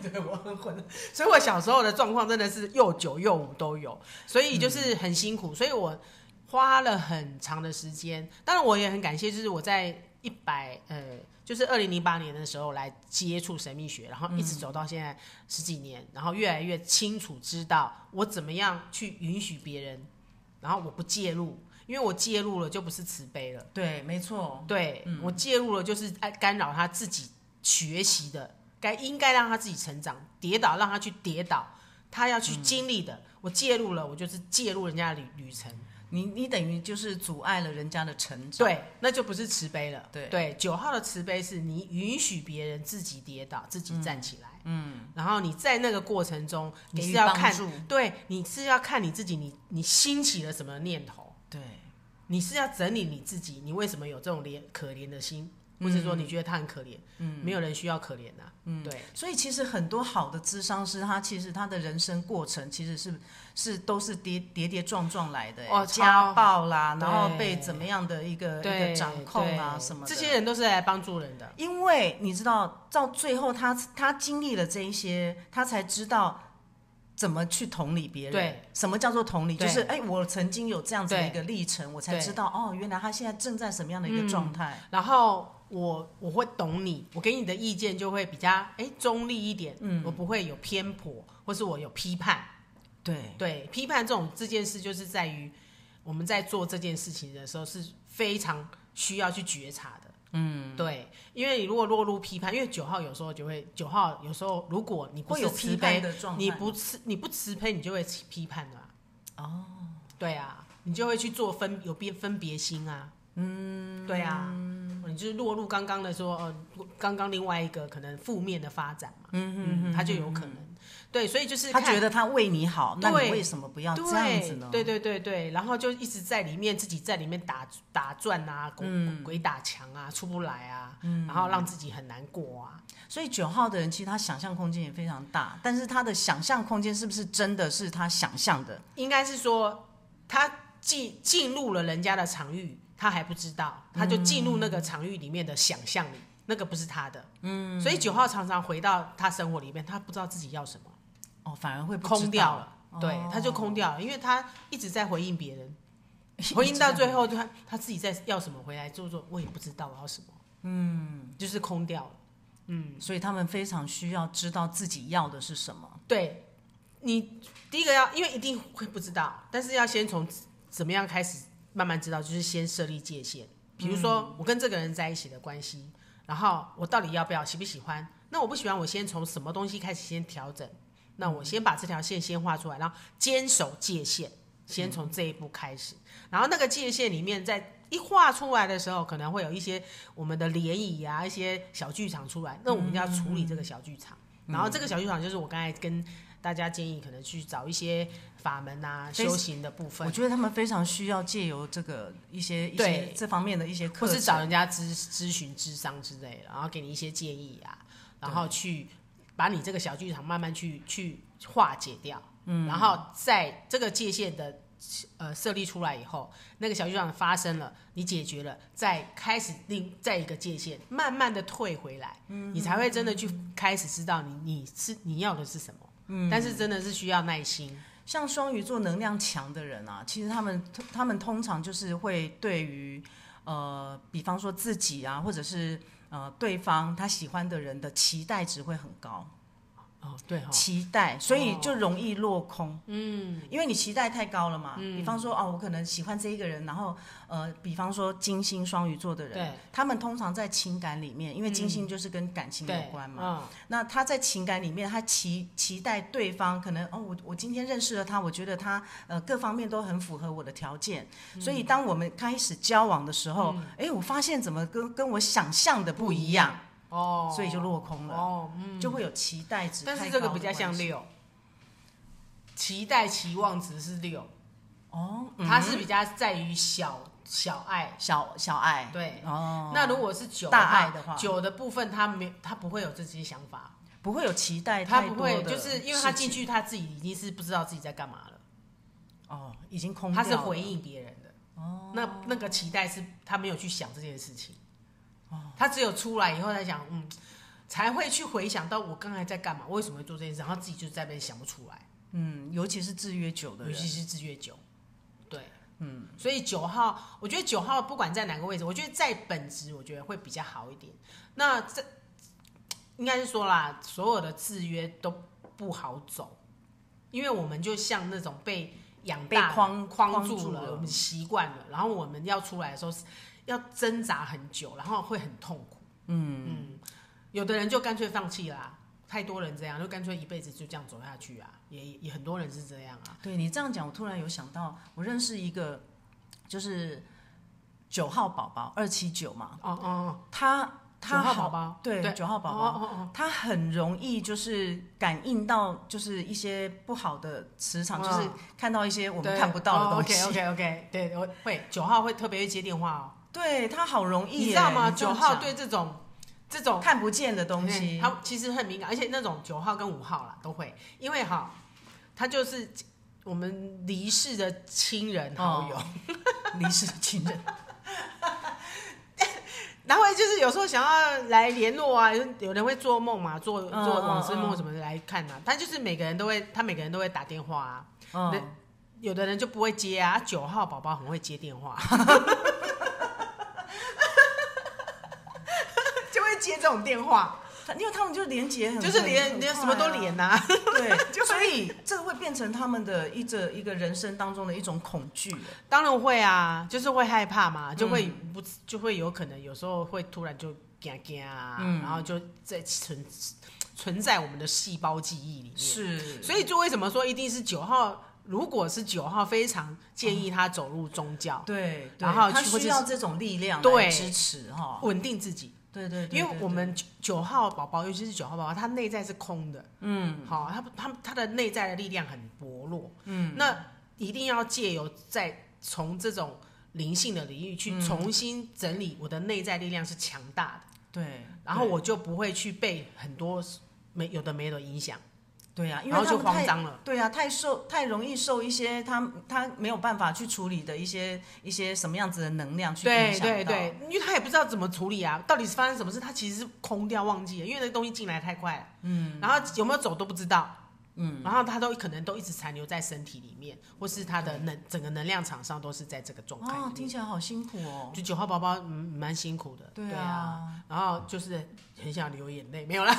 Speaker 1: 对我很混乱，所以我小时候的状况真的是又九又五都有，所以就是很辛苦，所以我花了很长的时间。当然，我也很感谢，就是我在一百呃，就是二零零八年的时候来接触神秘学，然后一直走到现在十几年，然后越来越清楚知道我怎么样去允许别人，然后我不介入，因为我介入了就不是慈悲了。
Speaker 2: 对，没错。
Speaker 1: 对、
Speaker 2: 嗯
Speaker 1: 我介入了，就是哎干扰他自己学习的，该应该让他自己成长，跌倒让他去跌倒，他要去经历
Speaker 2: 嗯
Speaker 1: 的。我介入了，我就是介入人家的旅旅程，
Speaker 2: 你你等于就是阻碍了人家的成长。
Speaker 1: 对，那就不是慈悲了。
Speaker 2: 对
Speaker 1: 对，九号的慈悲是你允许别人自己跌倒，自己站起来，嗯，然后你在那个过程中，你
Speaker 2: 给
Speaker 1: 是
Speaker 2: 予
Speaker 1: 要
Speaker 2: 帮
Speaker 1: 看，
Speaker 2: 助。
Speaker 1: 对，你是要看你自己，你你兴起了什么念头，
Speaker 2: 对，
Speaker 1: 你是要整理你自己，你为什么有这种怜可怜的心，
Speaker 2: 嗯
Speaker 1: 或者说你觉得他很可怜？嗯，没有人需要可怜呐、嗯，对，
Speaker 2: 所以其实很多好的智商师，他其实他的人生过程其实是是都是跌跌跌撞撞来的、欸，
Speaker 1: 哦
Speaker 2: 家
Speaker 1: 超
Speaker 2: 暴啦，
Speaker 1: 对
Speaker 2: 然后被怎么样的一个一
Speaker 1: 对，
Speaker 2: 个掌控啊
Speaker 1: 对
Speaker 2: 什么的。
Speaker 1: 这些人都是来帮助人的。
Speaker 2: 因为你知道，到最后他他经历了这一些，他才知道怎么去同理别人。
Speaker 1: 对，
Speaker 2: 什么叫做同理？就
Speaker 1: 对
Speaker 2: 是哎，我曾经有这样子的
Speaker 1: 对
Speaker 2: 一个历程，我才
Speaker 1: 对
Speaker 2: 知道哦，原来他现在正在什么样的一个状态。
Speaker 1: 然后我我会懂你，我给你的意见就会比较哎中立一点，嗯，我不会有偏颇，或是我有批判。
Speaker 2: 对，
Speaker 1: 对，批判这种这件事，就是在于我们在做这件事情的时候是非常需要去觉察的。嗯，对，因为你如果落入批判，因为九号有时候就会，九号有时候如果你不
Speaker 2: 会
Speaker 1: 是
Speaker 2: 有
Speaker 1: 慈
Speaker 2: 批
Speaker 1: 悲
Speaker 2: 判，的状态。
Speaker 1: 你不慈你不慈悲，你就会批判的、啊。哦，对啊，你就会去做分有别分别心啊。嗯，对啊，你就是落入刚刚的说，呃，刚刚另外一个可能负面的发展嘛。嗯嗯，他就有可能。对，所以就是
Speaker 2: 他
Speaker 1: 看
Speaker 2: 觉得他为你好，那
Speaker 1: 对
Speaker 2: 你为什么不要
Speaker 1: 对
Speaker 2: 这样子呢？
Speaker 1: 对对对对，然后就一直在里面自己在里面打打转啊，鬼、
Speaker 2: 嗯
Speaker 1: 鬼打墙啊，出不来啊，然后让自己很难过啊。
Speaker 2: 所以九号的人其实他想象空间也非常大，但是他的想象空间是不是真的是他想象的？
Speaker 1: 应该是说他进进入了人家的场域，他还不知道，他就进入那
Speaker 2: 嗯
Speaker 1: 个场域里面的想象里，那个不是他的。嗯，所以九号常常回到他生活里面，他不知道自己要什么，
Speaker 2: 哦，反而会不知道
Speaker 1: 空掉了。对
Speaker 2: 哦，
Speaker 1: 他就空掉了，因为他一直在回应别人，
Speaker 2: 哦
Speaker 1: 回应到最后，他他自己在要什么回来做做，我也不知道我要什么，嗯，就是空掉了。
Speaker 2: 所以他们非常需要知道自己要的是什么。
Speaker 1: 对你第一个要，因为一定会不知道，但是要先从怎么样开始慢慢知道，就是先设立界限。比如说，我跟这个人在一起的关系，然后我到底要不要，喜不喜欢？那我不喜欢，我先从什么东西开始先调整？那我先把这条线先画出来，然后坚守界限，先从这一步开始。然后那个界限里面，在一画出来的时候，可能会有一些我们的联谊啊，一些小剧场出来，那我们就要处理这个小剧场。然后这个小剧场就是我刚才跟大家建议，可能去找一些法门啊、
Speaker 2: 非常
Speaker 1: 修行的部
Speaker 2: 我
Speaker 1: 分，
Speaker 2: 觉得他们非常需要借由这个一些一些
Speaker 1: 对
Speaker 2: 这方面的一些课
Speaker 1: 或
Speaker 2: 程，
Speaker 1: 是找人家咨咨询、智商之类的，然后给你一些建议啊，然后去把你这个小剧场慢慢去去化解掉。嗯，然后在这个界限的呃设立出来以后，那个小剧场发生了，你解决了，再开始另再一个界限，慢慢的退回来，
Speaker 2: 嗯
Speaker 1: 你才会真的去开始知道你你是你要的是什么。嗯，但是真的是需要耐心。
Speaker 2: 像双鱼座能量强的人啊，其实他们他们通常就是会对于呃，比方说自己啊，或者是呃对方他喜欢的人的期待值会很高，
Speaker 1: 哦，对哈、
Speaker 2: 期待，所以就容易落空。嗯，因为你期待太高了嘛。
Speaker 1: 嗯
Speaker 2: 比方说哦，我可能喜欢这一个人，然后呃，比方说金星双鱼座的人
Speaker 1: 对，
Speaker 2: 他们通常在情感里面，因为金星就是跟感情有
Speaker 1: 对，
Speaker 2: 关嘛。
Speaker 1: 嘛，
Speaker 2: 那他在情感里面，他期期待对方可能哦，我我今天认识了他，我觉得他呃各方面都很符合我的条件，
Speaker 1: 嗯
Speaker 2: 所以当我们开始交往的时候，哎、我发现怎么跟跟我想象的不一样，
Speaker 1: 哦，
Speaker 2: 所以就落空了，
Speaker 1: 哦，嗯，
Speaker 2: 就会有期待值太
Speaker 1: 但
Speaker 2: 高的关系。
Speaker 1: 是这个比较像六，期待期望值是六，
Speaker 2: 哦，嗯
Speaker 1: 它是比较在于小小爱，
Speaker 2: 小小爱
Speaker 1: 对。
Speaker 2: 哦，
Speaker 1: 那如果是九
Speaker 2: 大爱的话
Speaker 1: 九的部分，它没，它不会有这些想法，
Speaker 2: 不会有期待
Speaker 1: 他
Speaker 2: 太
Speaker 1: 不
Speaker 2: 多的事
Speaker 1: 会，
Speaker 2: 情，
Speaker 1: 就是因为他进去他自己已经是不知道自己在干嘛了，
Speaker 2: 哦，已经空
Speaker 1: 他
Speaker 2: 掉
Speaker 1: 是
Speaker 2: 了
Speaker 1: 回应别人的。哦，那那个期待是他没有去想这件事情。哦，他只有出来以后才想，嗯，才会去回想到我刚才在干嘛，我为什么会做这件事，然后自己就在那边想不出来，
Speaker 2: 嗯，尤其是制约久的
Speaker 1: 尤其
Speaker 2: 人，
Speaker 1: 是制约酒。对，嗯，所以九号，我觉得九号不管在哪个位置，我觉得在本质，我觉得会比较好一点。那这应该是说啦，所有的制约都不好走，因为我们就像那种被养
Speaker 2: 被
Speaker 1: 大的
Speaker 2: 框
Speaker 1: 框
Speaker 2: 框住
Speaker 1: 了，
Speaker 2: 了
Speaker 1: 我们习惯了，然后我们要出来的时候是要挣扎很久，然后会很痛苦。嗯有的人就干脆放弃啦，太多人这样，就干脆一辈子就这样走下去啊，也也很多人是这样啊。
Speaker 2: 对你这样讲，我突然有想到，我认识一个就是九号宝宝二七九嘛，
Speaker 1: 哦哦哦，
Speaker 2: 他他
Speaker 1: 九号
Speaker 2: 好
Speaker 1: 宝宝
Speaker 2: 对
Speaker 1: 对
Speaker 2: 九号宝宝，
Speaker 1: 哦哦哦，
Speaker 2: 他很容易就是感应到就是一些不好的磁场，
Speaker 1: 嗯
Speaker 2: 就是看到一些我们看不到的东西。
Speaker 1: 哦 OK OK OK，对，我会九号会特别会接电话哦，
Speaker 2: 对他好容易耶，
Speaker 1: 你知道吗？
Speaker 2: 这
Speaker 1: 九
Speaker 2: 样
Speaker 1: 号
Speaker 2: 讲
Speaker 1: 对这种这种
Speaker 2: 看不见的东
Speaker 1: 嗯
Speaker 2: 西，
Speaker 1: 他其实很敏感，而且那种九号跟五号啦都会，因为哈，他就是我们离世的亲人好
Speaker 2: 哦
Speaker 1: 友，
Speaker 2: 离世的亲 人，
Speaker 1: 然后就是有时候想要来联络啊，有有人会做梦嘛，做
Speaker 2: 嗯
Speaker 1: 做往事
Speaker 2: 嗯
Speaker 1: 梦
Speaker 2: 嗯
Speaker 1: 什么的来看啊，但就是每个人都会，他每个人都会打电话啊，那
Speaker 2: 嗯，
Speaker 1: 有的人就不会接啊，九号宝宝很会接 电话，就会接这种电话，
Speaker 2: 他因为他们就连接很，
Speaker 1: 就是
Speaker 2: 嗯
Speaker 1: 连
Speaker 2: 很
Speaker 1: 连什么都
Speaker 2: 快啊
Speaker 1: 连呐、啊，
Speaker 2: 对，
Speaker 1: 就
Speaker 2: 所以这个会变成他们的一这一个人生当中的一种恐惧。
Speaker 1: 当然会啊，就是会害怕
Speaker 2: 嗯
Speaker 1: 嘛，就会不、就会有可能有时候会突然就惊惊啊，
Speaker 2: 嗯
Speaker 1: 然后就在存存在我们的细胞记忆里面，
Speaker 2: 是
Speaker 1: 所以就为什么说一定是九号，如果是九号，非常建议他走入宗教，
Speaker 2: 对，
Speaker 1: 然后
Speaker 2: 他
Speaker 1: 去或者
Speaker 2: 需要这种力量来
Speaker 1: 对
Speaker 2: 支持哈。
Speaker 1: 稳定自己。
Speaker 2: 对对，嗯对
Speaker 1: 因为
Speaker 2: 对
Speaker 1: 我
Speaker 2: 对
Speaker 1: 们九九号宝宝，尤其是九号宝宝，他内在是空的，嗯，好、他他他的内在的力量很薄弱，嗯，那一定要借由再从这种灵性的领域
Speaker 2: 嗯
Speaker 1: 去重新整理我的内在力量是强大的，
Speaker 2: 对，
Speaker 1: 然后我就不会去被很多没有的没的影响，
Speaker 2: 对呀，因
Speaker 1: 然
Speaker 2: 为
Speaker 1: 后
Speaker 2: 他
Speaker 1: 就
Speaker 2: 们
Speaker 1: 慌
Speaker 2: 太
Speaker 1: 张了，
Speaker 2: 对啊，太受太容易受一些他他没有办法去处理的一些一些什么样子的能量去影
Speaker 1: 对
Speaker 2: 响
Speaker 1: 对
Speaker 2: 到
Speaker 1: 对，因为他也不知道怎么处理啊，到底是发生什么事，他其实是空掉忘记了，因为那个东西进来太快了，嗯，然后有没有走都不知道，嗯，然后他都可能都一直残留在身体里面，或是他的能整个能量场上都是在这个状态
Speaker 2: 哦，
Speaker 1: 里
Speaker 2: 听
Speaker 1: 面。
Speaker 2: 起来好辛苦哦。
Speaker 1: 就九号宝宝，嗯，蛮辛苦的，
Speaker 2: 对啊
Speaker 1: 然后就是很想流眼泪，没有啦，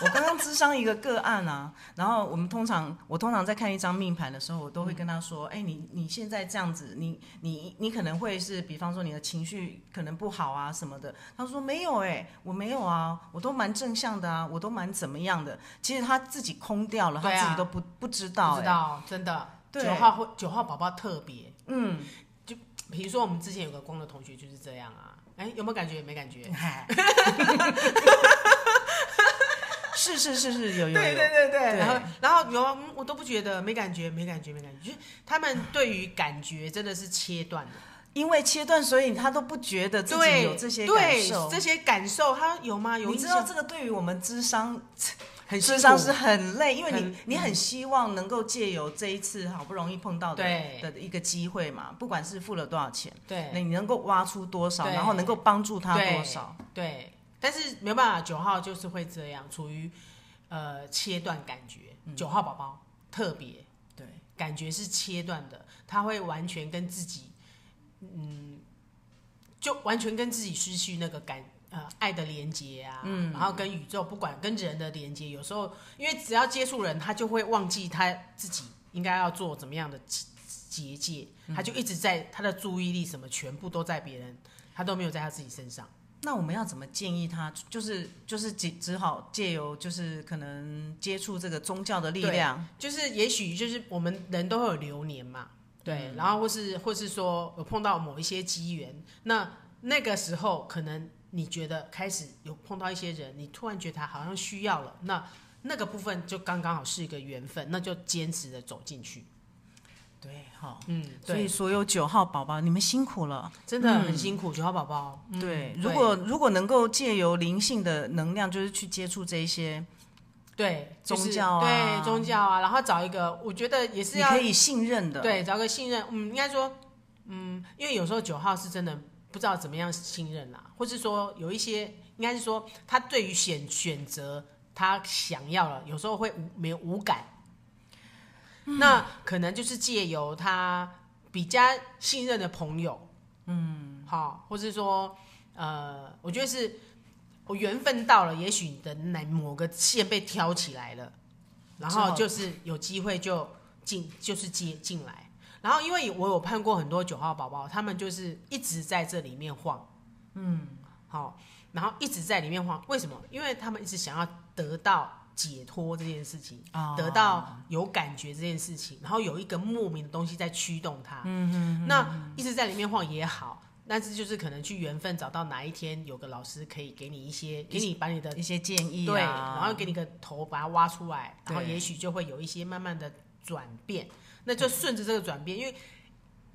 Speaker 2: 我刚刚咨商一个个案啊，然后我们通常我通常在看一张命盘的时候，我都会跟他说，哎、你你现在这样子，你你你可能会是，比方说你的情绪可能不好啊什么的。他说没有、哎，我没有啊，我都蛮正向的啊，我都蛮怎么样的。其实他自己空掉了，他
Speaker 1: 对啊
Speaker 2: 自己都不不知道、
Speaker 1: 不知
Speaker 2: 哎，
Speaker 1: 道，真的，
Speaker 2: 对
Speaker 1: 九号会九号宝宝特别，
Speaker 2: 嗯，
Speaker 1: 比如说我们之前有个光的同学就是这样啊，哎，有没有感觉？没感觉，
Speaker 2: 嗨 是是是是，有有有，
Speaker 1: 对对对对，
Speaker 2: 对
Speaker 1: 然后然后有啊嗯我都不觉得没感觉，没感觉，没感觉，就是他们对于感觉真的是切断的，
Speaker 2: 因为切断，所以他都不觉得自己
Speaker 1: 对
Speaker 2: 有这些感
Speaker 1: 对
Speaker 2: 受。
Speaker 1: 这些感受，他有吗？有
Speaker 2: 你
Speaker 1: 印
Speaker 2: 知道
Speaker 1: 象？
Speaker 2: 这个对于我们智商
Speaker 1: 很
Speaker 2: 智
Speaker 1: 欣
Speaker 2: 商
Speaker 1: 赏
Speaker 2: 是很累，因为你
Speaker 1: 很嗯
Speaker 2: 你很希望能够借由这一次好不容易碰到的
Speaker 1: 对
Speaker 2: 的一个机会嘛，不管是付了多少钱，那
Speaker 1: 对
Speaker 2: 你能够挖出多少，
Speaker 1: 对
Speaker 2: 然后能够帮助他多少，
Speaker 1: 对，但是没有办法，九号就是会这样，处于呃切断感觉，九号宝宝特别
Speaker 2: 对，
Speaker 1: 感觉是切断的，他会完全跟自己，嗯，就完全跟自己失去那个感呃爱的连接啊，嗯，然后跟宇宙不管跟人的连接，有时候因为只要接触人，他就会忘记他自己应该要做怎么样的结结界，他就一直在他的注意力什么全部都在别人，他都没有在他自己身上。
Speaker 2: 那我们要怎么建议他？就是就是只只好借由就是可能接触这个宗教的力量，
Speaker 1: 就是也许就是我们人都会有流年嘛，对，
Speaker 2: 嗯
Speaker 1: 然后或是或是说有碰到某一些机缘，那那个时候可能你觉得开始有碰到一些人，你突然觉得他好像需要了，那那个部分就刚刚好是一个缘分，那就坚持的走进去。
Speaker 2: 对，好，
Speaker 1: 嗯，
Speaker 2: 所以
Speaker 1: 对，
Speaker 2: 所有九号宝宝，你们辛苦了。
Speaker 1: 真的很辛苦，九号宝宝。嗯
Speaker 2: 对，如果如果能够借由灵性的能量，就是去接触这一些，
Speaker 1: 对就是
Speaker 2: 宗教啊
Speaker 1: 对宗教啊，然后找一个，我觉得也是
Speaker 2: 你
Speaker 1: 要
Speaker 2: 可以信任的。，
Speaker 1: 对找个信任，嗯，应该说，嗯，因为有时候九号是真的不知道怎么样信任啦、或是说有一些，应该是说他对于选选择他想要了，有时候会无没有无感，那可能就是借由他比较信任的朋友，嗯，好，或是说，呃，我觉得是我缘分到了，也许你的哪某个线被挑起来了，然
Speaker 2: 之
Speaker 1: 后
Speaker 2: 后
Speaker 1: 就是有机会就进，就是接进来。然后因为我有看过很多九号宝宝，他们就是一直在这里面晃，嗯，好，然后一直在里面晃，为什么？因为他们一直想要得到解脱这件事情。
Speaker 2: 啊
Speaker 1: 得到有感觉这件事情，然后有一个莫名的东西在驱动它。嗯嗯那一直在里面晃也好，但是就是可能去缘分找到哪一天有个老师可以给你一些，给你把你的
Speaker 2: 一些建议、啊，
Speaker 1: 对，然后给你个头把它挖出来，然后
Speaker 2: 对
Speaker 1: 也许就会有一些慢慢的转变。那就顺着这个转变，因为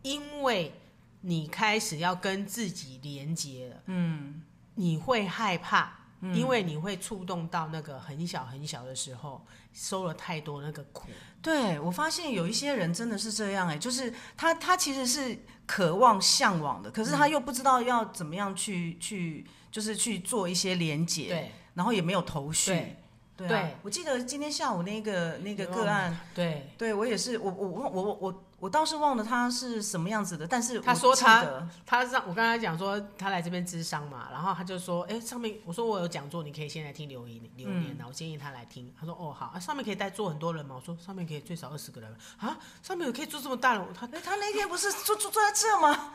Speaker 1: 因为你开始要跟自己连接了，嗯，你会害怕。因为你会触动到那个很小很小的时候，受了太多那个苦，
Speaker 2: 对我发现有一些人真的是这样哎、就是他他其实是渴望向往的，可是他
Speaker 1: 嗯
Speaker 2: 又不知道要怎么样去去，就是去做一些连接，
Speaker 1: 对
Speaker 2: 然后也没有头绪。
Speaker 1: 对
Speaker 2: 对啊
Speaker 1: 对
Speaker 2: 我记得今天下午那个那个
Speaker 1: 有啊
Speaker 2: 个案，
Speaker 1: 对，
Speaker 2: 对我也是，我我我我我我倒是忘了他是什么样子的，但是
Speaker 1: 他
Speaker 2: 我
Speaker 1: 说
Speaker 2: 记
Speaker 1: 他
Speaker 2: 得
Speaker 1: 他让我刚才讲说他来这边咨商嘛，然后他就说，哎，上面我说我有讲座，你可以先来听留言留言啊，我建议他来听。他说哦好，啊上面可以带坐很多人嘛，我说上面可以最少二十个人啊，上面有可以坐这么大人，他
Speaker 2: 哎他那天不是坐坐坐在这吗？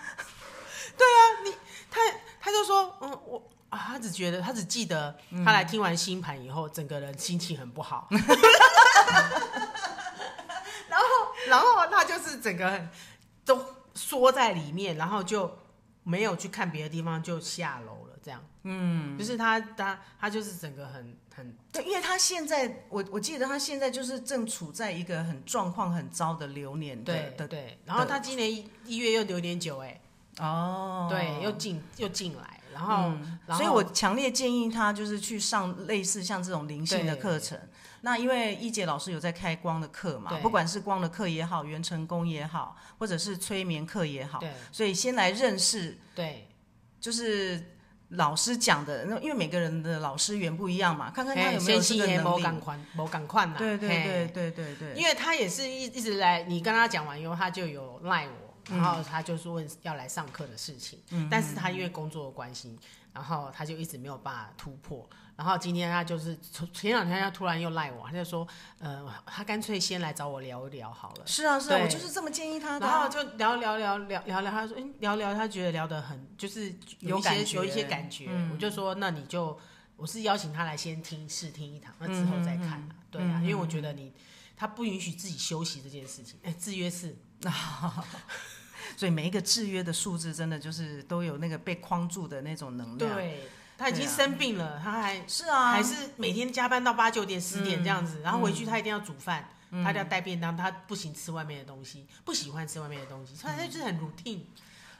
Speaker 1: 他他就说，嗯，我啊，他只觉得他只记得
Speaker 2: 嗯
Speaker 1: 他来听完星盘以后，整个人心情很 不好，然后然后他就是整个很都缩在里面，然后就没有去看别的地方，就下楼了，这样，嗯，就是他他他就是整个很很
Speaker 2: 对，因为他现在我我记得他现在就是正处在一个很状况很糟的流年的
Speaker 1: 对
Speaker 2: 的
Speaker 1: 对，然后他今年一一月又留点久，哎，
Speaker 2: 哦，嗯
Speaker 1: 对，又进又进来，然后然后
Speaker 2: 所以我强烈建议他就是去上类似像这种灵性的课程。那因为一姐老师有在开光的课嘛，
Speaker 1: 对
Speaker 2: 不管是光的课也好，元成功也好，或者是催眠课也好，
Speaker 1: 对
Speaker 2: 所以先来认识，
Speaker 1: 对
Speaker 2: 就是老师讲的，那因为每个人的老师缘不一样嘛，看看他
Speaker 1: 嘿
Speaker 2: 有没有
Speaker 1: 身
Speaker 2: 这
Speaker 1: 心
Speaker 2: 个
Speaker 1: 也
Speaker 2: 能
Speaker 1: 某
Speaker 2: 力。
Speaker 1: 赶快某赶快啦，
Speaker 2: 对对
Speaker 1: 嘿
Speaker 2: 对对对对，
Speaker 1: 因为他也是一一直来，你跟他讲完以后，他就有赖我，然后
Speaker 2: 嗯
Speaker 1: 他就是问要来上课的事情，但是他因为工作的关系，然后他就一直没有办法突破。然后今天他就是从前两天他突然又赖我，他就说，呃，他干脆先来找我聊一聊好了。
Speaker 2: 是啊是啊，
Speaker 1: 对
Speaker 2: 我就是这么建议他的
Speaker 1: 然后
Speaker 2: 啊。
Speaker 1: 就聊聊聊聊聊聊，他说，嗯，聊聊，他觉得聊得很，就是有
Speaker 2: 有
Speaker 1: 一
Speaker 2: 感
Speaker 1: 些
Speaker 2: 觉嗯
Speaker 1: 有一些感觉。我就说，那你就，我是邀请他来先听试听一堂，那之后再看
Speaker 2: 嗯
Speaker 1: 啊，对啊，因为我觉得你他不允许自己休息这件事
Speaker 2: 嗯
Speaker 1: 情，哎，制约是，
Speaker 2: 啊 所以每一个制约的数字，真的就是都有那个被框住的那种能量。
Speaker 1: 对，他已经
Speaker 2: 对啊
Speaker 1: 生病了，他还
Speaker 2: 是啊，
Speaker 1: 还是每天加班到八九点、十
Speaker 2: 嗯
Speaker 1: 点这样子，然后回去他一定要煮饭，他一定要带便当，他不行吃外面的东西，不喜欢吃外面的东西，所以他就是很 routine，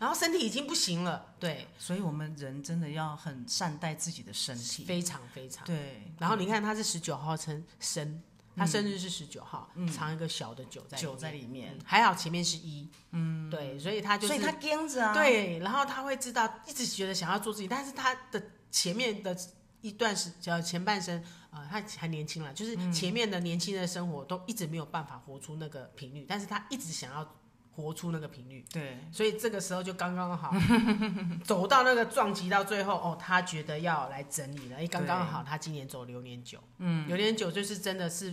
Speaker 1: 然后身体已经不行了，对，
Speaker 2: 所以我们人真的要很善待自己的身体。
Speaker 1: 非常非常。
Speaker 2: 对，
Speaker 1: 然后你看他是十九号生生，他生日是十九号，藏一个小嗯的九在
Speaker 2: 酒在
Speaker 1: 里
Speaker 2: 里面
Speaker 1: 面，，嗯还好前面是一，嗯，对，所以他就是
Speaker 2: 所以他盯着啊。，
Speaker 1: 对，然后他会知道，一直觉得想要做自己，但是他的前面的一段时，呃，前半生，呃，他还年轻了，就是前面的年轻的生活都一直没有办法活出那个频率，但是他一直想要活出那个频率，
Speaker 2: 对，
Speaker 1: 所以这个时候就刚刚 好，走到那个撞击到最后，哦，他觉得要来整理了，哎，刚刚好，他今年走流年九，嗯，流年九就是真的是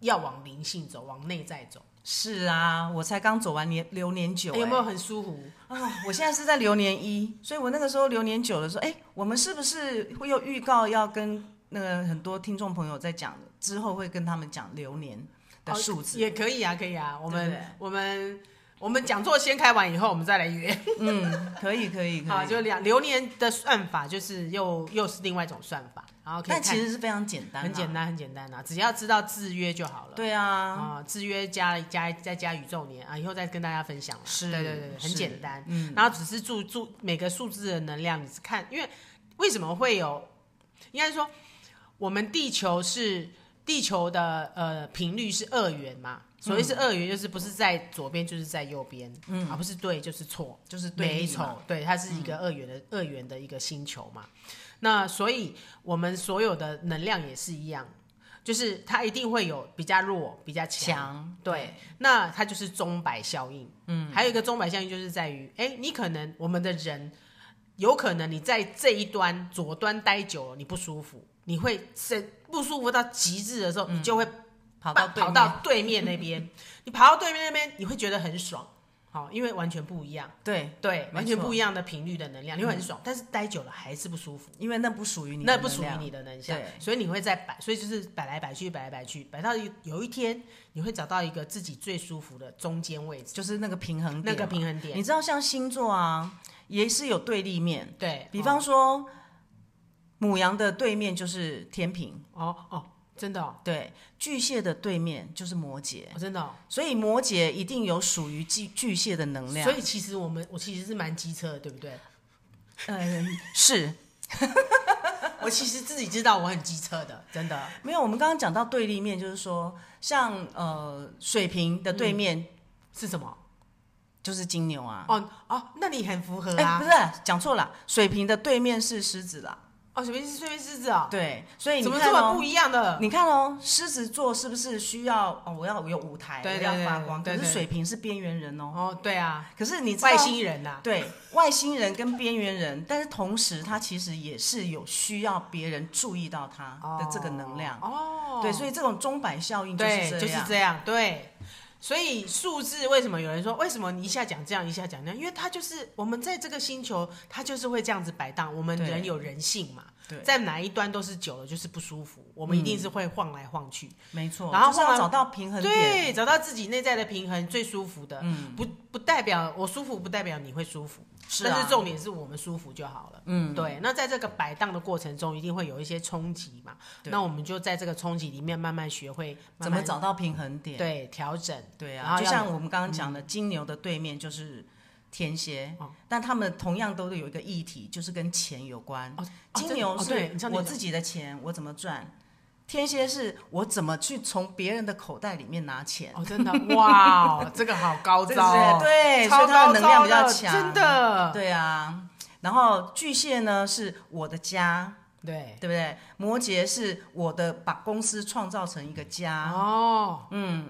Speaker 1: 要往灵性走，往内在走，
Speaker 2: 是啊，我才刚走完年流年九、
Speaker 1: 哎有没有
Speaker 2: 哎
Speaker 1: 很舒服？
Speaker 2: 啊我现在是在流年一，所以我那个时候流年九的时候，哎，我们是不是会有预告要跟那个很多听众朋友在讲之后会跟他们讲流年的数字？
Speaker 1: 哦也可以啊，可以啊。我们
Speaker 2: 对不对
Speaker 1: 我们我们讲座先开完以后，我们再来约。
Speaker 2: 嗯，可以可以
Speaker 1: 好，
Speaker 2: 可以。
Speaker 1: 就两流年的算法就是又又是另外一种算法，然后可以
Speaker 2: 但
Speaker 1: 看
Speaker 2: 其实是非常简单、
Speaker 1: 很简。单很简单啊，只要知道制约就好了。
Speaker 2: 对啊，
Speaker 1: 啊、制约加加再加宇宙年啊，以后再跟大家分享了。
Speaker 2: 是
Speaker 1: 对对对，很
Speaker 2: 是
Speaker 1: 简单。
Speaker 2: 嗯，
Speaker 1: 然后只是注注每个数字的能量，你是看，因为为什么会有？应该说，我们地球是地球的呃频率是二元嘛，所谓是
Speaker 2: 嗯
Speaker 1: 二元，就是不是在左边就是在右边，嗯，啊不是对就是错，
Speaker 2: 就是对
Speaker 1: 美
Speaker 2: 立嘛
Speaker 1: 丑，对，它是一个二元的、二元的一个星球嘛。那所以我们所有的能量也是一样，就是它一定会有比较弱、比较强，
Speaker 2: 强
Speaker 1: 对，那它就是钟摆效应。嗯，还有一个钟摆效应就是在于，哎、你可能我们的人有可能你在这一端左端待久了，你不舒服，你会身不舒服到极致的时候，你就会
Speaker 2: 跑到
Speaker 1: 把嗯跑
Speaker 2: 对
Speaker 1: 到对面那边。你跑到对面那边，你会觉得很爽，好、因为完全不一样，
Speaker 2: 面对，
Speaker 1: 对，完全
Speaker 2: 没错
Speaker 1: 不一样的频率的能量，你会很爽，但是待久了还是不舒服。
Speaker 2: 因为那不属于你的
Speaker 1: 那
Speaker 2: 能量，
Speaker 1: 不属于你的能量
Speaker 2: 对，
Speaker 1: 所以你会在摆，所以就是摆来摆去，摆来摆去，摆到一有一天你会找到一个自己最舒服的中间位置，
Speaker 2: 就是那个平衡
Speaker 1: 那
Speaker 2: 点
Speaker 1: 个
Speaker 2: 嘛
Speaker 1: 平衡点。
Speaker 2: 你知道，像星座啊，也是有对立面。
Speaker 1: 对，
Speaker 2: 比方说，母羊的对面就是天平，
Speaker 1: 哦哦，真的哦，
Speaker 2: 对，巨蟹的对面就是摩羯，
Speaker 1: 哦真的哦。
Speaker 2: 所以摩羯一定有属于巨巨蟹的能量。
Speaker 1: 所
Speaker 2: 以，
Speaker 1: 以其实我们我其实是蛮机车的，对不对？
Speaker 2: 嗯、是
Speaker 1: 我其实自己知道我很机车的，真的。
Speaker 2: 没有。我们刚刚讲到对立面，就是说，像呃，水瓶的对面
Speaker 1: 是什么？
Speaker 2: 就是金牛啊。
Speaker 1: 嗯哦哦，那你很符合
Speaker 2: 哎、
Speaker 1: 啊
Speaker 2: 不。是，讲错了，水瓶的对面是狮子啦。
Speaker 1: 哦，随便是随便狮子哦，
Speaker 2: 对，所以你
Speaker 1: 怎么
Speaker 2: 看
Speaker 1: 这
Speaker 2: 哦
Speaker 1: 么，不一样的？
Speaker 2: 你看哦，狮子座是不是需要哦？我要我有舞台，
Speaker 1: 对对
Speaker 2: 我
Speaker 1: 对
Speaker 2: 要发光。
Speaker 1: 对对
Speaker 2: 可是
Speaker 1: 对
Speaker 2: 水瓶是边缘人哦。
Speaker 1: 哦，对啊，
Speaker 2: 可是你知道
Speaker 1: 外星人啊呐，
Speaker 2: 对外星人跟边缘人，但是同时他其实也是有需要别人注意到他的这个能量。
Speaker 1: 哦，
Speaker 2: 对，所以这种钟摆效应就是
Speaker 1: 对
Speaker 2: 这，样。
Speaker 1: 就是这样，对。所以数字为什么有人说为什么你一下讲这样一下讲那样？因为它就是我们在这个星球，它就是会这样子摆荡。我们
Speaker 2: 对
Speaker 1: 人有人性嘛，
Speaker 2: 对，嗯
Speaker 1: 在哪一端都是久了就是不舒服，我们一定是会晃来晃去。
Speaker 2: 没错。
Speaker 1: 然
Speaker 2: 就
Speaker 1: 后
Speaker 2: 是
Speaker 1: 后
Speaker 2: 要
Speaker 1: 来
Speaker 2: 找到平衡点。
Speaker 1: 对，找到自己内在的平衡最舒服的，不不代表我舒服，不代表你会舒服，
Speaker 2: 嗯是啊
Speaker 1: 但是重点是我们舒服就好了。
Speaker 2: 嗯，
Speaker 1: 对，那在这个摆荡的过程中，一定会有一些冲击嘛。
Speaker 2: 对
Speaker 1: 那我们就在这个冲击里面慢慢学会慢
Speaker 2: 怎么
Speaker 1: 慢
Speaker 2: 找到平衡点？
Speaker 1: 对调整。
Speaker 2: 对
Speaker 1: 然
Speaker 2: 啊，
Speaker 1: 后
Speaker 2: 就
Speaker 1: 要嗯
Speaker 2: 像我们刚刚讲的，金牛的对面就是天蝎，
Speaker 1: 哦
Speaker 2: 但他们同样都有一个议题，就是跟钱有关。
Speaker 1: 哦
Speaker 2: 金
Speaker 1: 真的
Speaker 2: 牛
Speaker 1: 哦对你
Speaker 2: 是
Speaker 1: 上次
Speaker 2: 我
Speaker 1: 讲
Speaker 2: 自己的钱，我怎么赚？天蝎是我怎么去从别人的口袋里面拿钱？
Speaker 1: 哦，真的哇哦，这个好高
Speaker 2: 这
Speaker 1: 招
Speaker 2: 个
Speaker 1: 哦
Speaker 2: 是，对，所
Speaker 1: 超
Speaker 2: 以它
Speaker 1: 高招
Speaker 2: 的能量比较
Speaker 1: 的
Speaker 2: 强，
Speaker 1: 真。的，
Speaker 2: 对啊，然后巨蟹呢是我的家，
Speaker 1: 对
Speaker 2: 对不对？摩羯是我的把公司创造成一个家，
Speaker 1: 哦
Speaker 2: 嗯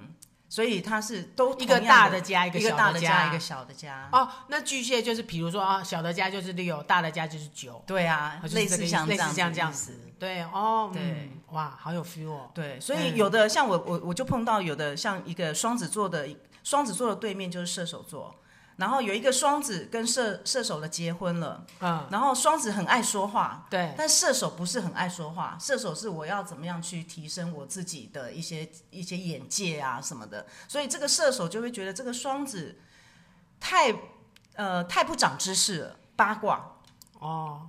Speaker 2: 所以它是都
Speaker 1: 一个
Speaker 2: 同样
Speaker 1: 大
Speaker 2: 的
Speaker 1: 的家，一个
Speaker 2: 一个
Speaker 1: 小
Speaker 2: 大
Speaker 1: 的
Speaker 2: 的
Speaker 1: 家
Speaker 2: 一个小的家。
Speaker 1: 哦，那巨蟹就是比如说啊，小的家就是六，大的家就是九，
Speaker 2: 对啊
Speaker 1: 哦就，是
Speaker 2: 类
Speaker 1: 这个
Speaker 2: 似
Speaker 1: 意思
Speaker 2: 像
Speaker 1: 类
Speaker 2: 这
Speaker 1: 似
Speaker 2: 样
Speaker 1: 像
Speaker 2: 的
Speaker 1: 这样
Speaker 2: 意思
Speaker 1: 子，对哦，
Speaker 2: 对
Speaker 1: 嗯，哇，好有 feel 哦，
Speaker 2: 对，所以
Speaker 1: 嗯
Speaker 2: 有的像我我我就碰到有的像一个双子座的双子座的对面就是射手座，然后有一个双子跟射射手的结婚了，
Speaker 1: 嗯，
Speaker 2: 然后双子很爱说话，
Speaker 1: 对，
Speaker 2: 但射手不是很爱说话，射手是我要怎么样去提升我自己的一些一些眼界啊什么的，所以这个射手就会觉得这个双子太呃太不长知识了，八卦，
Speaker 1: 哦，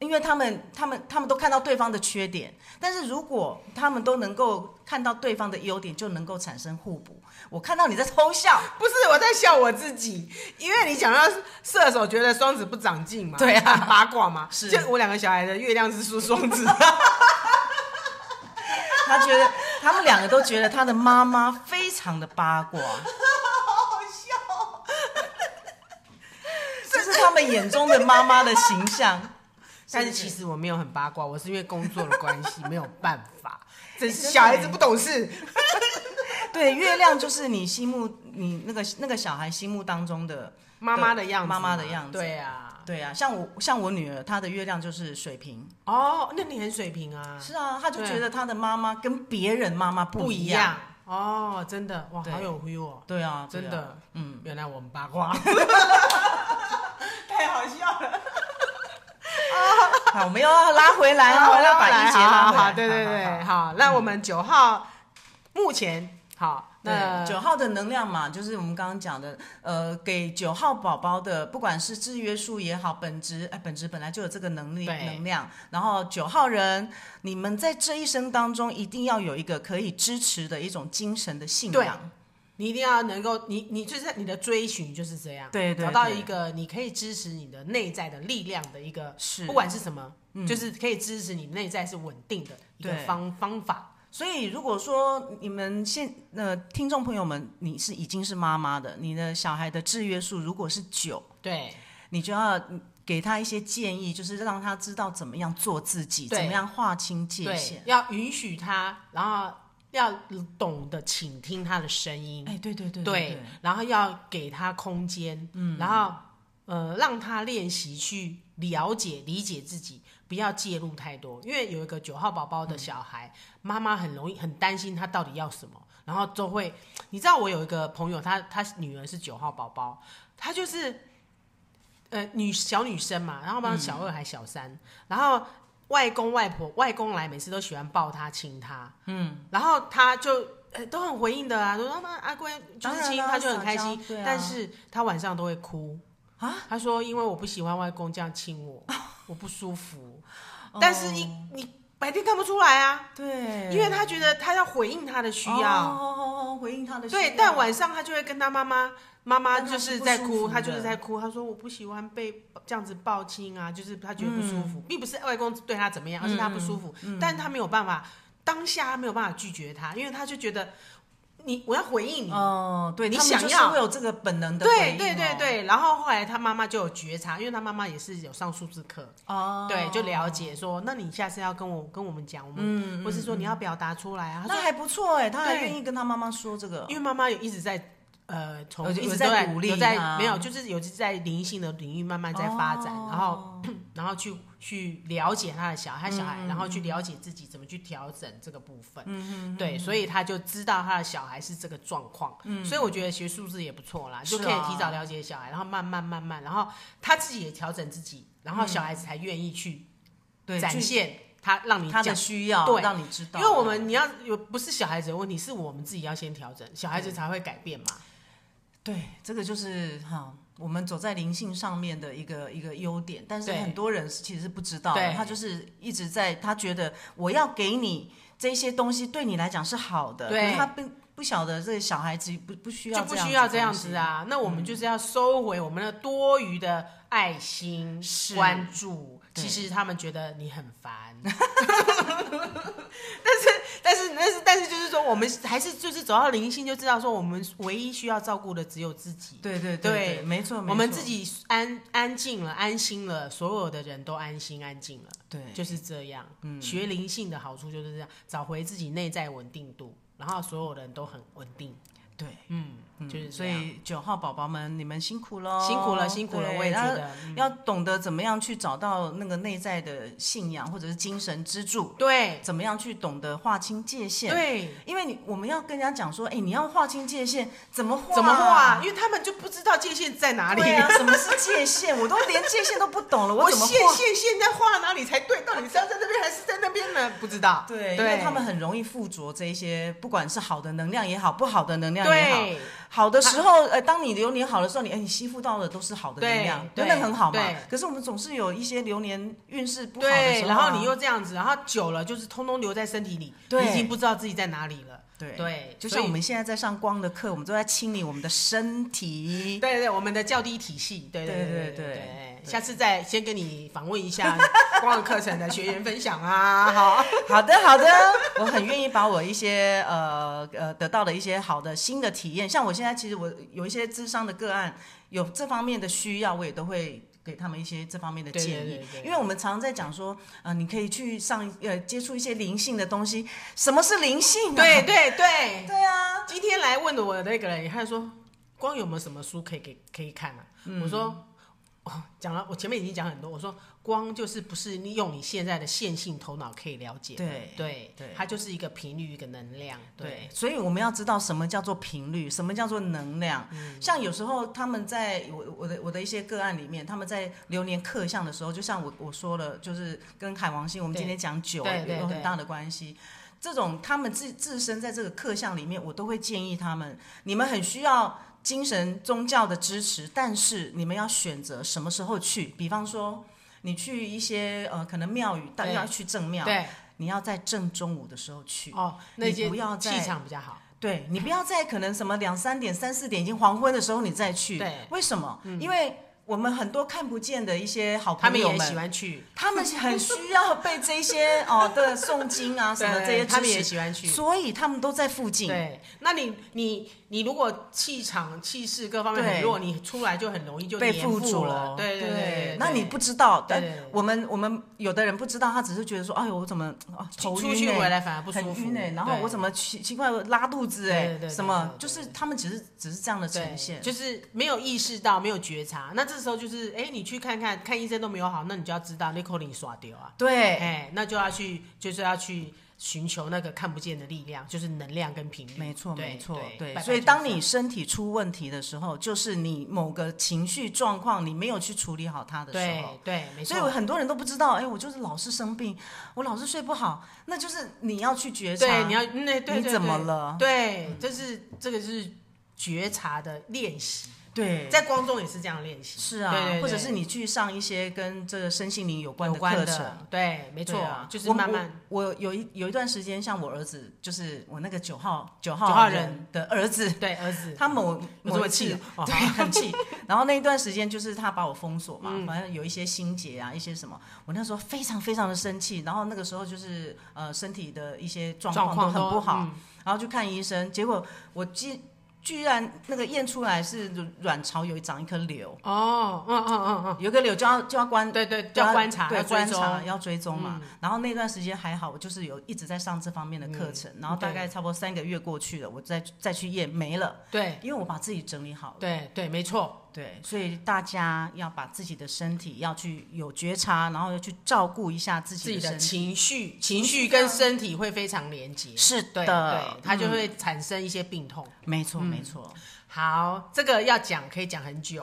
Speaker 2: 因为他们、他们、他们都看到对方的缺点，但是如果他们都能够看到对方的优点，就能够产生互补。我看到你在偷笑，
Speaker 1: 不是我在笑我自己，因为你讲到射手觉得双子不长进嘛，
Speaker 2: 对啊
Speaker 1: 很八卦嘛，
Speaker 2: 是
Speaker 1: 就我两个小孩的月亮是属双子，
Speaker 2: 他觉得他们两个都觉得他的妈妈非常的八卦，
Speaker 1: 好笑哦。
Speaker 2: 这是他们眼中的妈妈的形象。
Speaker 1: 但是
Speaker 2: 不
Speaker 1: 其实我没有很八卦，我是因为工作的关系没有办法，真
Speaker 2: 真
Speaker 1: 哎是
Speaker 2: 的
Speaker 1: 小孩
Speaker 2: 耶
Speaker 1: 子不懂事。
Speaker 2: 对月亮就是你心目你那个那个小孩心目当中的
Speaker 1: 妈妈的样子嘛，
Speaker 2: 妈妈的样子
Speaker 1: 对啊，
Speaker 2: 对啊，像我像我女儿，她的月亮就是水瓶。
Speaker 1: 哦，那你很水平啊，
Speaker 2: 是啊，她就
Speaker 1: 对
Speaker 2: 觉得她的妈妈跟别人妈妈
Speaker 1: 不
Speaker 2: 不
Speaker 1: 一
Speaker 2: 一
Speaker 1: 样
Speaker 2: 样。
Speaker 1: 哦，真的哇，
Speaker 2: 对
Speaker 1: 好有 feel 哦，
Speaker 2: 对啊，对
Speaker 1: 真
Speaker 2: 啊
Speaker 1: 的，
Speaker 2: 嗯。
Speaker 1: 原来我们八卦，太好笑了，
Speaker 2: 好，我们又要拉回来哦，
Speaker 1: 好
Speaker 2: 要把一节
Speaker 1: 好
Speaker 2: 拉
Speaker 1: 好
Speaker 2: 回来。
Speaker 1: 好，对对对，好，那我们九号目前好，那
Speaker 2: 对，九号的能量嘛，就是我们刚刚讲的，呃，给九号宝宝的，不管是制约术也好，本质，哎，本质本来就有这个能力
Speaker 1: 对
Speaker 2: 能量。然后九号人，你们在这一生当中一定要有一个可以支持的一种精神的信仰。
Speaker 1: 你一定要能够，你你最在你的追寻就是这样，
Speaker 2: 对对
Speaker 1: 找到
Speaker 2: 对
Speaker 1: 一个你可以支持你的内在的力量的一个，
Speaker 2: 是
Speaker 1: 不管是什么，就是可以支持你内在是稳定的一个
Speaker 2: 对
Speaker 1: 方方法。
Speaker 2: 所以，如果说你们现呃听众朋友们，你是已经是妈妈的，你的小孩的制约数如果是九，
Speaker 1: 对，
Speaker 2: 你就要给他一些建议，就是让他知道怎么样做自己，
Speaker 1: 对
Speaker 2: 怎么样划清界
Speaker 1: 对
Speaker 2: 限，。
Speaker 1: 要允许他，然后要懂得倾听他的声音，
Speaker 2: 哎，对对对
Speaker 1: 对，然后要给他空间，嗯，然后呃，让他练习去了解、理解自己，不要介入太多。因为有一个九号宝宝的小
Speaker 2: 嗯
Speaker 1: 孩，妈妈很容易很担心他到底要什么，然后就会，你知道我有一个朋友，她她女儿是九号宝宝，她就是呃女小女生嘛，然后
Speaker 2: 嗯
Speaker 1: 嘛小二还小三，然后。外公外婆、外公来，每次都喜欢抱她、亲她，嗯，然后她就、呃都很回应的啊，都说妈阿乖，就
Speaker 2: 当
Speaker 1: 是
Speaker 2: 然
Speaker 1: 亲
Speaker 2: 啦
Speaker 1: 她就很开
Speaker 2: 撒娇
Speaker 1: 心，
Speaker 2: 对啊
Speaker 1: 但是她晚上都会哭，他说：“因为我不喜欢外公这样亲我，
Speaker 2: 哦
Speaker 1: 我不舒服。但是你你白天看不出来啊，
Speaker 2: 对，
Speaker 1: 因为他觉得他要回应他的需
Speaker 2: 哦
Speaker 1: 要，
Speaker 2: 哦哦哦回应他的需要
Speaker 1: 对。但晚上他就会跟他妈妈，妈妈
Speaker 2: 但他
Speaker 1: 就是是
Speaker 2: 不
Speaker 1: 在
Speaker 2: 舒
Speaker 1: 哭，
Speaker 2: 服
Speaker 1: 他就是
Speaker 2: 的
Speaker 1: 在哭。他说我不喜欢被这样子抱亲啊，就是他觉得不舒
Speaker 2: 嗯
Speaker 1: 服，并不是外公对他怎么样，而是他不舒服。但是他没有办法，当下他没有办法拒绝他，因为他就觉得你我要回应你，
Speaker 2: 哦，对
Speaker 1: 你
Speaker 2: 他们
Speaker 1: 想
Speaker 2: 就是
Speaker 1: 要
Speaker 2: 会有这个本能的回
Speaker 1: 对
Speaker 2: 应
Speaker 1: 对对
Speaker 2: 哦，
Speaker 1: 对，然后后来他妈妈就有觉察，因为他妈妈也是有上数字课，
Speaker 2: 哦，
Speaker 1: 对，就了解说，那你下次要跟我跟我们讲，我们、或是说你要表达出来啊。他
Speaker 2: 嗯那
Speaker 1: 说，
Speaker 2: 还不错哎，他还
Speaker 1: 对
Speaker 2: 愿意跟他妈妈说这个
Speaker 1: 因，为妈妈有一直在呃，从
Speaker 2: 嗯有
Speaker 1: 一直
Speaker 2: 有
Speaker 1: 都
Speaker 2: 在
Speaker 1: 在
Speaker 2: 鼓励
Speaker 1: 有在
Speaker 2: 他
Speaker 1: 没有，就是有在灵性的领域慢慢在发展，然后
Speaker 2: 哦嗯
Speaker 1: 然后去去了解他的小孩，他小孩，然后去了解自己怎么去调整这个部分。嗯嗯，对，所以他就知道他的小孩是这个状况。嗯，所以我觉得学数字也不错啦，
Speaker 2: 是啊
Speaker 1: 就可以提早了解小孩，然后慢慢慢慢，然后他自己也调整自己，然后小孩子才愿意去
Speaker 2: 对
Speaker 1: 展
Speaker 2: 去
Speaker 1: 现他让你
Speaker 2: 他的。
Speaker 1: 讲
Speaker 2: 需要，
Speaker 1: 对
Speaker 2: 让你知道，
Speaker 1: 因为我们你要有不是小孩子的问题，是我们自己要先调整，小孩子才会改变嘛。
Speaker 2: 对，这个就是哈，我们走在灵性上面的一个一个优点，但是
Speaker 1: 对
Speaker 2: 很多人是其实是不知道的
Speaker 1: 对
Speaker 2: 他就是一直在他觉得我要给你这些东西对你来讲是好的，
Speaker 1: 对
Speaker 2: 可是他不不晓得这个小孩子不不需要
Speaker 1: 就不需要这样子
Speaker 2: 啊。
Speaker 1: 啊。那我们就是要收回我们的多余的爱心、
Speaker 2: 是
Speaker 1: 关注。
Speaker 2: 对
Speaker 1: 其实他们觉得你很烦， 但是但是但是但是就是说，我们还是就是走到灵性，就知道说我们唯一需要照顾的只有自己。
Speaker 2: 对对
Speaker 1: 对
Speaker 2: 对，没错，没错
Speaker 1: 我们自己安安静了，安心了，所有的人都安心安静了，
Speaker 2: 对
Speaker 1: 就是这样。嗯，学灵性的好处就是这样，找回自己内在稳定度，然后所有人都很稳定。
Speaker 2: 对，
Speaker 1: 嗯，就是
Speaker 2: 所
Speaker 1: 这样
Speaker 2: 以九号宝宝们，你们辛苦喽，
Speaker 1: 辛苦了，辛苦了，
Speaker 2: 哦对
Speaker 1: 我也觉
Speaker 2: 然后
Speaker 1: 得。嗯
Speaker 2: 要懂得怎么样去找到那个内在的信仰或者是精神支柱，
Speaker 1: 对
Speaker 2: 怎么样去懂得划清界限，
Speaker 1: 对，
Speaker 2: 因为你我们要跟人家讲说，哎、你要划清界限，怎么划？
Speaker 1: 怎么画？因为他们就不知道界限在哪里。
Speaker 2: 对啊，什么是界限？我都连界限都不懂了，
Speaker 1: 我
Speaker 2: 怎么
Speaker 1: 线
Speaker 2: 画？
Speaker 1: 线现在画哪里才对？到底是要在那边还是在那边呢？不知道。
Speaker 2: 对，因为他们很容易附着这一些，不管是好的能量也好，不好的能量也好。
Speaker 1: 对
Speaker 2: 好的时候，呃，当你流年好的时候，你哎，你吸附到的都是好的能量，
Speaker 1: 对
Speaker 2: 能量很好嘛
Speaker 1: 对。
Speaker 2: 可是我们总是有一些流年运势不好的
Speaker 1: 对，
Speaker 2: 时候啊、
Speaker 1: 然后你又这样子，然后久了就是通通留在身体里，
Speaker 2: 对
Speaker 1: 你已经不知道自己在哪里了。
Speaker 2: 对
Speaker 1: 对
Speaker 2: 就
Speaker 1: 所以
Speaker 2: 像我们现在在上光的课，我们都在清理我们的身体。
Speaker 1: 对对，我们的较低体系，对对
Speaker 2: 对
Speaker 1: 对
Speaker 2: 对对
Speaker 1: 对，
Speaker 2: 对
Speaker 1: 下次再先跟你访问 一下光的课程的学员分享啊，好，
Speaker 2: 好的，好的， 我很愿意把我一些呃呃得到的一些好的新的体验，像我现在其实我有一些智商的个案，有这方面的需要，我也都会。给他们一些这方面的
Speaker 1: 对对
Speaker 2: 建议，
Speaker 1: 对对
Speaker 2: 因为我们常常在讲说，呃，你可以去上呃接触一些灵性的东西。什么是灵性、啊？
Speaker 1: 对对对，
Speaker 2: 对啊，
Speaker 1: 今天来问我的那个人，他说光有没有什么书可以给可以看啊？
Speaker 2: 嗯
Speaker 1: 我说。哦，讲了，我前面已经讲很多。我说，光就是不是你用你现在的线性头脑可以了解的，
Speaker 2: 对
Speaker 1: 对
Speaker 2: 对
Speaker 1: 它就是一个频率，一个能量，
Speaker 2: 对，所以我们要知道什么叫做频率，什么叫做能量。
Speaker 1: 嗯
Speaker 2: 像有时候他们在我我的我的一些个案里面，他们在流年刻相的时候，就像我我说了，就是跟海王星，我们
Speaker 1: 对
Speaker 2: 今天讲九
Speaker 1: 对对
Speaker 2: 有很
Speaker 1: 对
Speaker 2: 大的关系。这种他们自自身在这个课项里面，我都会建议他们，你们很需要精神宗教的支持，但是你们要选择什么时候去。比方说，你去一些呃可能庙宇，但
Speaker 1: 对
Speaker 2: 要去正庙，
Speaker 1: 对，
Speaker 2: 你要在正中午的时候去。
Speaker 1: 哦，那
Speaker 2: 你
Speaker 1: 些
Speaker 2: 不要再
Speaker 1: 气场比较好，
Speaker 2: 对你不要在可能什么两三点、三四点已经黄昏的时候你再去，
Speaker 1: 对嗯
Speaker 2: 为什么？因为我们很多看不见的一些好
Speaker 1: 他
Speaker 2: 朋
Speaker 1: 们
Speaker 2: 友
Speaker 1: 也
Speaker 2: 们，
Speaker 1: 喜欢去，
Speaker 2: 他们很需要被这 些哦的诵经啊什么这些
Speaker 1: 对他们也
Speaker 2: 支持
Speaker 1: 喜欢去。
Speaker 2: 所以他们都在附近。
Speaker 1: 对，那你你你如果气场、气势各方面很
Speaker 2: 对
Speaker 1: 弱，你出来就很容易就
Speaker 2: 被
Speaker 1: 粘
Speaker 2: 附
Speaker 1: 附
Speaker 2: 着
Speaker 1: 了。对对对，
Speaker 2: 那你不知道，
Speaker 1: 对
Speaker 2: 但
Speaker 1: 对对
Speaker 2: 我们我们有的人不知道，他只是觉得说，哎呦，我怎么啊头
Speaker 1: 出
Speaker 2: 晕
Speaker 1: 去
Speaker 2: 欸
Speaker 1: 回来反而不舒
Speaker 2: 很
Speaker 1: 服
Speaker 2: 晕哎、，然后
Speaker 1: 对
Speaker 2: 我怎么奇奇怪我拉肚子哎、
Speaker 1: 对对对对
Speaker 2: 什么
Speaker 1: 对
Speaker 2: 就
Speaker 1: 对
Speaker 2: 是他们只是只是这样的
Speaker 1: 对
Speaker 2: 呈现，
Speaker 1: 就是没有意识到，没有觉察。那这时候就是，哎，你去看看，看医生都没有好，那你就要知道那口令刷掉啊，
Speaker 2: 对，
Speaker 1: 哎，那就要去，就是要去寻求那个看不见的力量，就是能量跟频率。
Speaker 2: 没错，
Speaker 1: 对
Speaker 2: 没错，
Speaker 1: 对
Speaker 2: 对。
Speaker 1: 拜拜
Speaker 2: 所以
Speaker 1: 就
Speaker 2: 当
Speaker 1: 是
Speaker 2: 你身体出问题的时候，就是你某个情绪状况你没有去处理好它的时候
Speaker 1: 对。对，没
Speaker 2: 所以我
Speaker 1: 错。
Speaker 2: 很多人都不知道，哎，我就是老是生病，我老是睡不好，那就是你要去觉察，
Speaker 1: 对，你要嗯对对对，
Speaker 2: 你怎么
Speaker 1: 对？
Speaker 2: 了？
Speaker 1: 对，这是这个是觉察的练习，
Speaker 2: 对，
Speaker 1: 在光中也是这样练习，
Speaker 2: 是啊
Speaker 1: 嗯对对对
Speaker 2: 或者是你去上一些跟这个身心灵有关
Speaker 1: 有
Speaker 2: 的
Speaker 1: 关
Speaker 2: 课程。
Speaker 1: 的，对，没错
Speaker 2: 对啊，
Speaker 1: 就是
Speaker 2: 我
Speaker 1: 慢慢。
Speaker 2: 我我有一有一段时间，像我儿子，就是我那个九号九
Speaker 1: 九号
Speaker 2: 号
Speaker 1: 人
Speaker 2: 人的儿子，
Speaker 1: 对儿子，
Speaker 2: 他某
Speaker 1: 有这
Speaker 2: 某
Speaker 1: 么
Speaker 2: 一次
Speaker 1: 气哦，哦
Speaker 2: 对，很气。 然后那一段时间就是他把我封锁嘛，
Speaker 1: 嗯
Speaker 2: 反正有一些心结啊，一些什么，我那时候非常非常的生气。然后那个时候就是呃身体的一些状
Speaker 1: 状
Speaker 2: 况
Speaker 1: 况
Speaker 2: 都很
Speaker 1: 都
Speaker 2: 不好，
Speaker 1: 嗯
Speaker 2: 然后去看医生，结果我居居然那个验出来是卵巢有长一颗瘤，
Speaker 1: 哦，嗯嗯嗯嗯，
Speaker 2: 有一个瘤就要就要关。
Speaker 1: 对对，
Speaker 2: 就
Speaker 1: 要观察，
Speaker 2: 对
Speaker 1: 要追
Speaker 2: 观
Speaker 1: 踪嗯
Speaker 2: 察要追踪嘛。然后那段时间还好，我就是有一直在上这方面的课程。然后大
Speaker 1: 嗯对
Speaker 2: 概差不多三个月过去了，我再再去验没了，
Speaker 1: 对
Speaker 2: 因为我把自己整理好了。
Speaker 1: 对对，没错，
Speaker 2: 对，所以大家要把自己的身体要去有觉察，然后要去照顾一下自
Speaker 1: 自
Speaker 2: 己
Speaker 1: 己
Speaker 2: 的身
Speaker 1: 的
Speaker 2: 体。
Speaker 1: 情绪、情
Speaker 2: 绪
Speaker 1: 绪跟
Speaker 2: 上
Speaker 1: 身体会非常连接，
Speaker 2: 是
Speaker 1: 对
Speaker 2: 的
Speaker 1: 对，，它嗯就
Speaker 2: 嗯、
Speaker 1: 会产生一些病痛。
Speaker 2: 没错，没错。
Speaker 1: 好，这个要讲可以讲很久。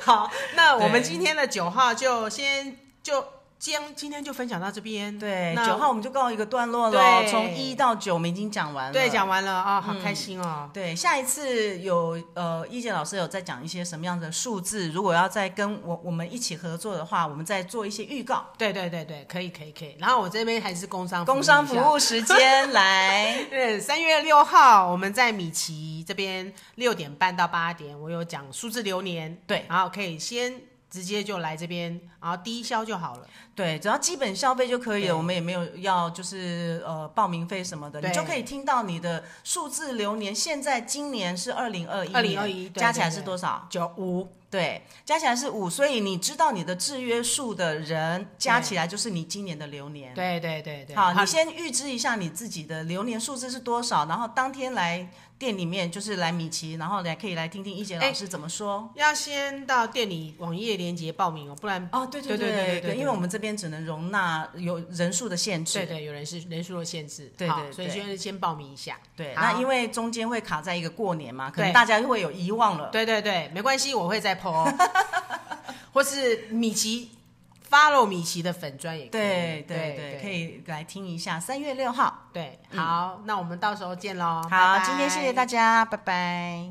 Speaker 1: 好，那我们
Speaker 2: 对
Speaker 1: 今天的九号就先就今今天就分享到这边。
Speaker 2: 对，
Speaker 1: 那
Speaker 2: 九号我们就告一个段落了，
Speaker 1: 对
Speaker 2: 从一到九我们已经讲完了。嗯
Speaker 1: 对讲完了啊，好开心哦。
Speaker 2: 对，下一次有呃，易杰老师有在讲一些什么样的数字，如果要再跟我我们一起合作的话，我们再做一些预告。
Speaker 1: 对对对对，可以可以可以。然后我这边还是工商
Speaker 2: 工商
Speaker 1: 一
Speaker 2: 服
Speaker 1: 下
Speaker 2: 务时 间来，
Speaker 1: 对，嗯三月六号我们在米奇这边六点半到八点，我有讲数字流年，
Speaker 2: 对
Speaker 1: 然后可以先直接就来这边，然后低消就好了。
Speaker 2: 对，只要基本消费就可以
Speaker 1: 对
Speaker 2: 了，我们也没有要就是呃报名费什么的，
Speaker 1: 对
Speaker 2: 你就可以听到你的数字流年。现在今年是二零二一，
Speaker 1: 2021对
Speaker 2: 加起来是多少？
Speaker 1: 九五
Speaker 2: 对，加起来是五，所以你知道你的制约数的人加起来就是你今年的流年。
Speaker 1: 对对对对，
Speaker 2: 好，你先预知一下你自己的流年数字是多少，然后当天来店里面就是来米奇，然后来可以来听听一杰
Speaker 1: 哎
Speaker 2: 老师怎么说。
Speaker 1: 要先到店里网页连接报名哦，不然
Speaker 2: 哦，对
Speaker 1: 对对
Speaker 2: 对
Speaker 1: 对对对
Speaker 2: 因为我们这边只能容纳有人数的限制。
Speaker 1: 对对有人是人数的限制，
Speaker 2: 对
Speaker 1: 好
Speaker 2: 对
Speaker 1: 所以
Speaker 2: 对
Speaker 1: 先先报名一下。
Speaker 2: 对，
Speaker 1: 好
Speaker 2: 那因为中间会卡在一个过年嘛，可能
Speaker 1: 啊对
Speaker 2: 大家会有遗忘了。
Speaker 1: 对对对，没关系，我 会再 po，哦或是米奇 follow 米奇的粉砖也可以
Speaker 2: 对对
Speaker 1: 对
Speaker 2: 对，可以来听一下，三月六号。
Speaker 1: 对，好，那我们到时候见喽。
Speaker 2: 好，
Speaker 1: 拜拜
Speaker 2: 今天谢谢大家，拜拜。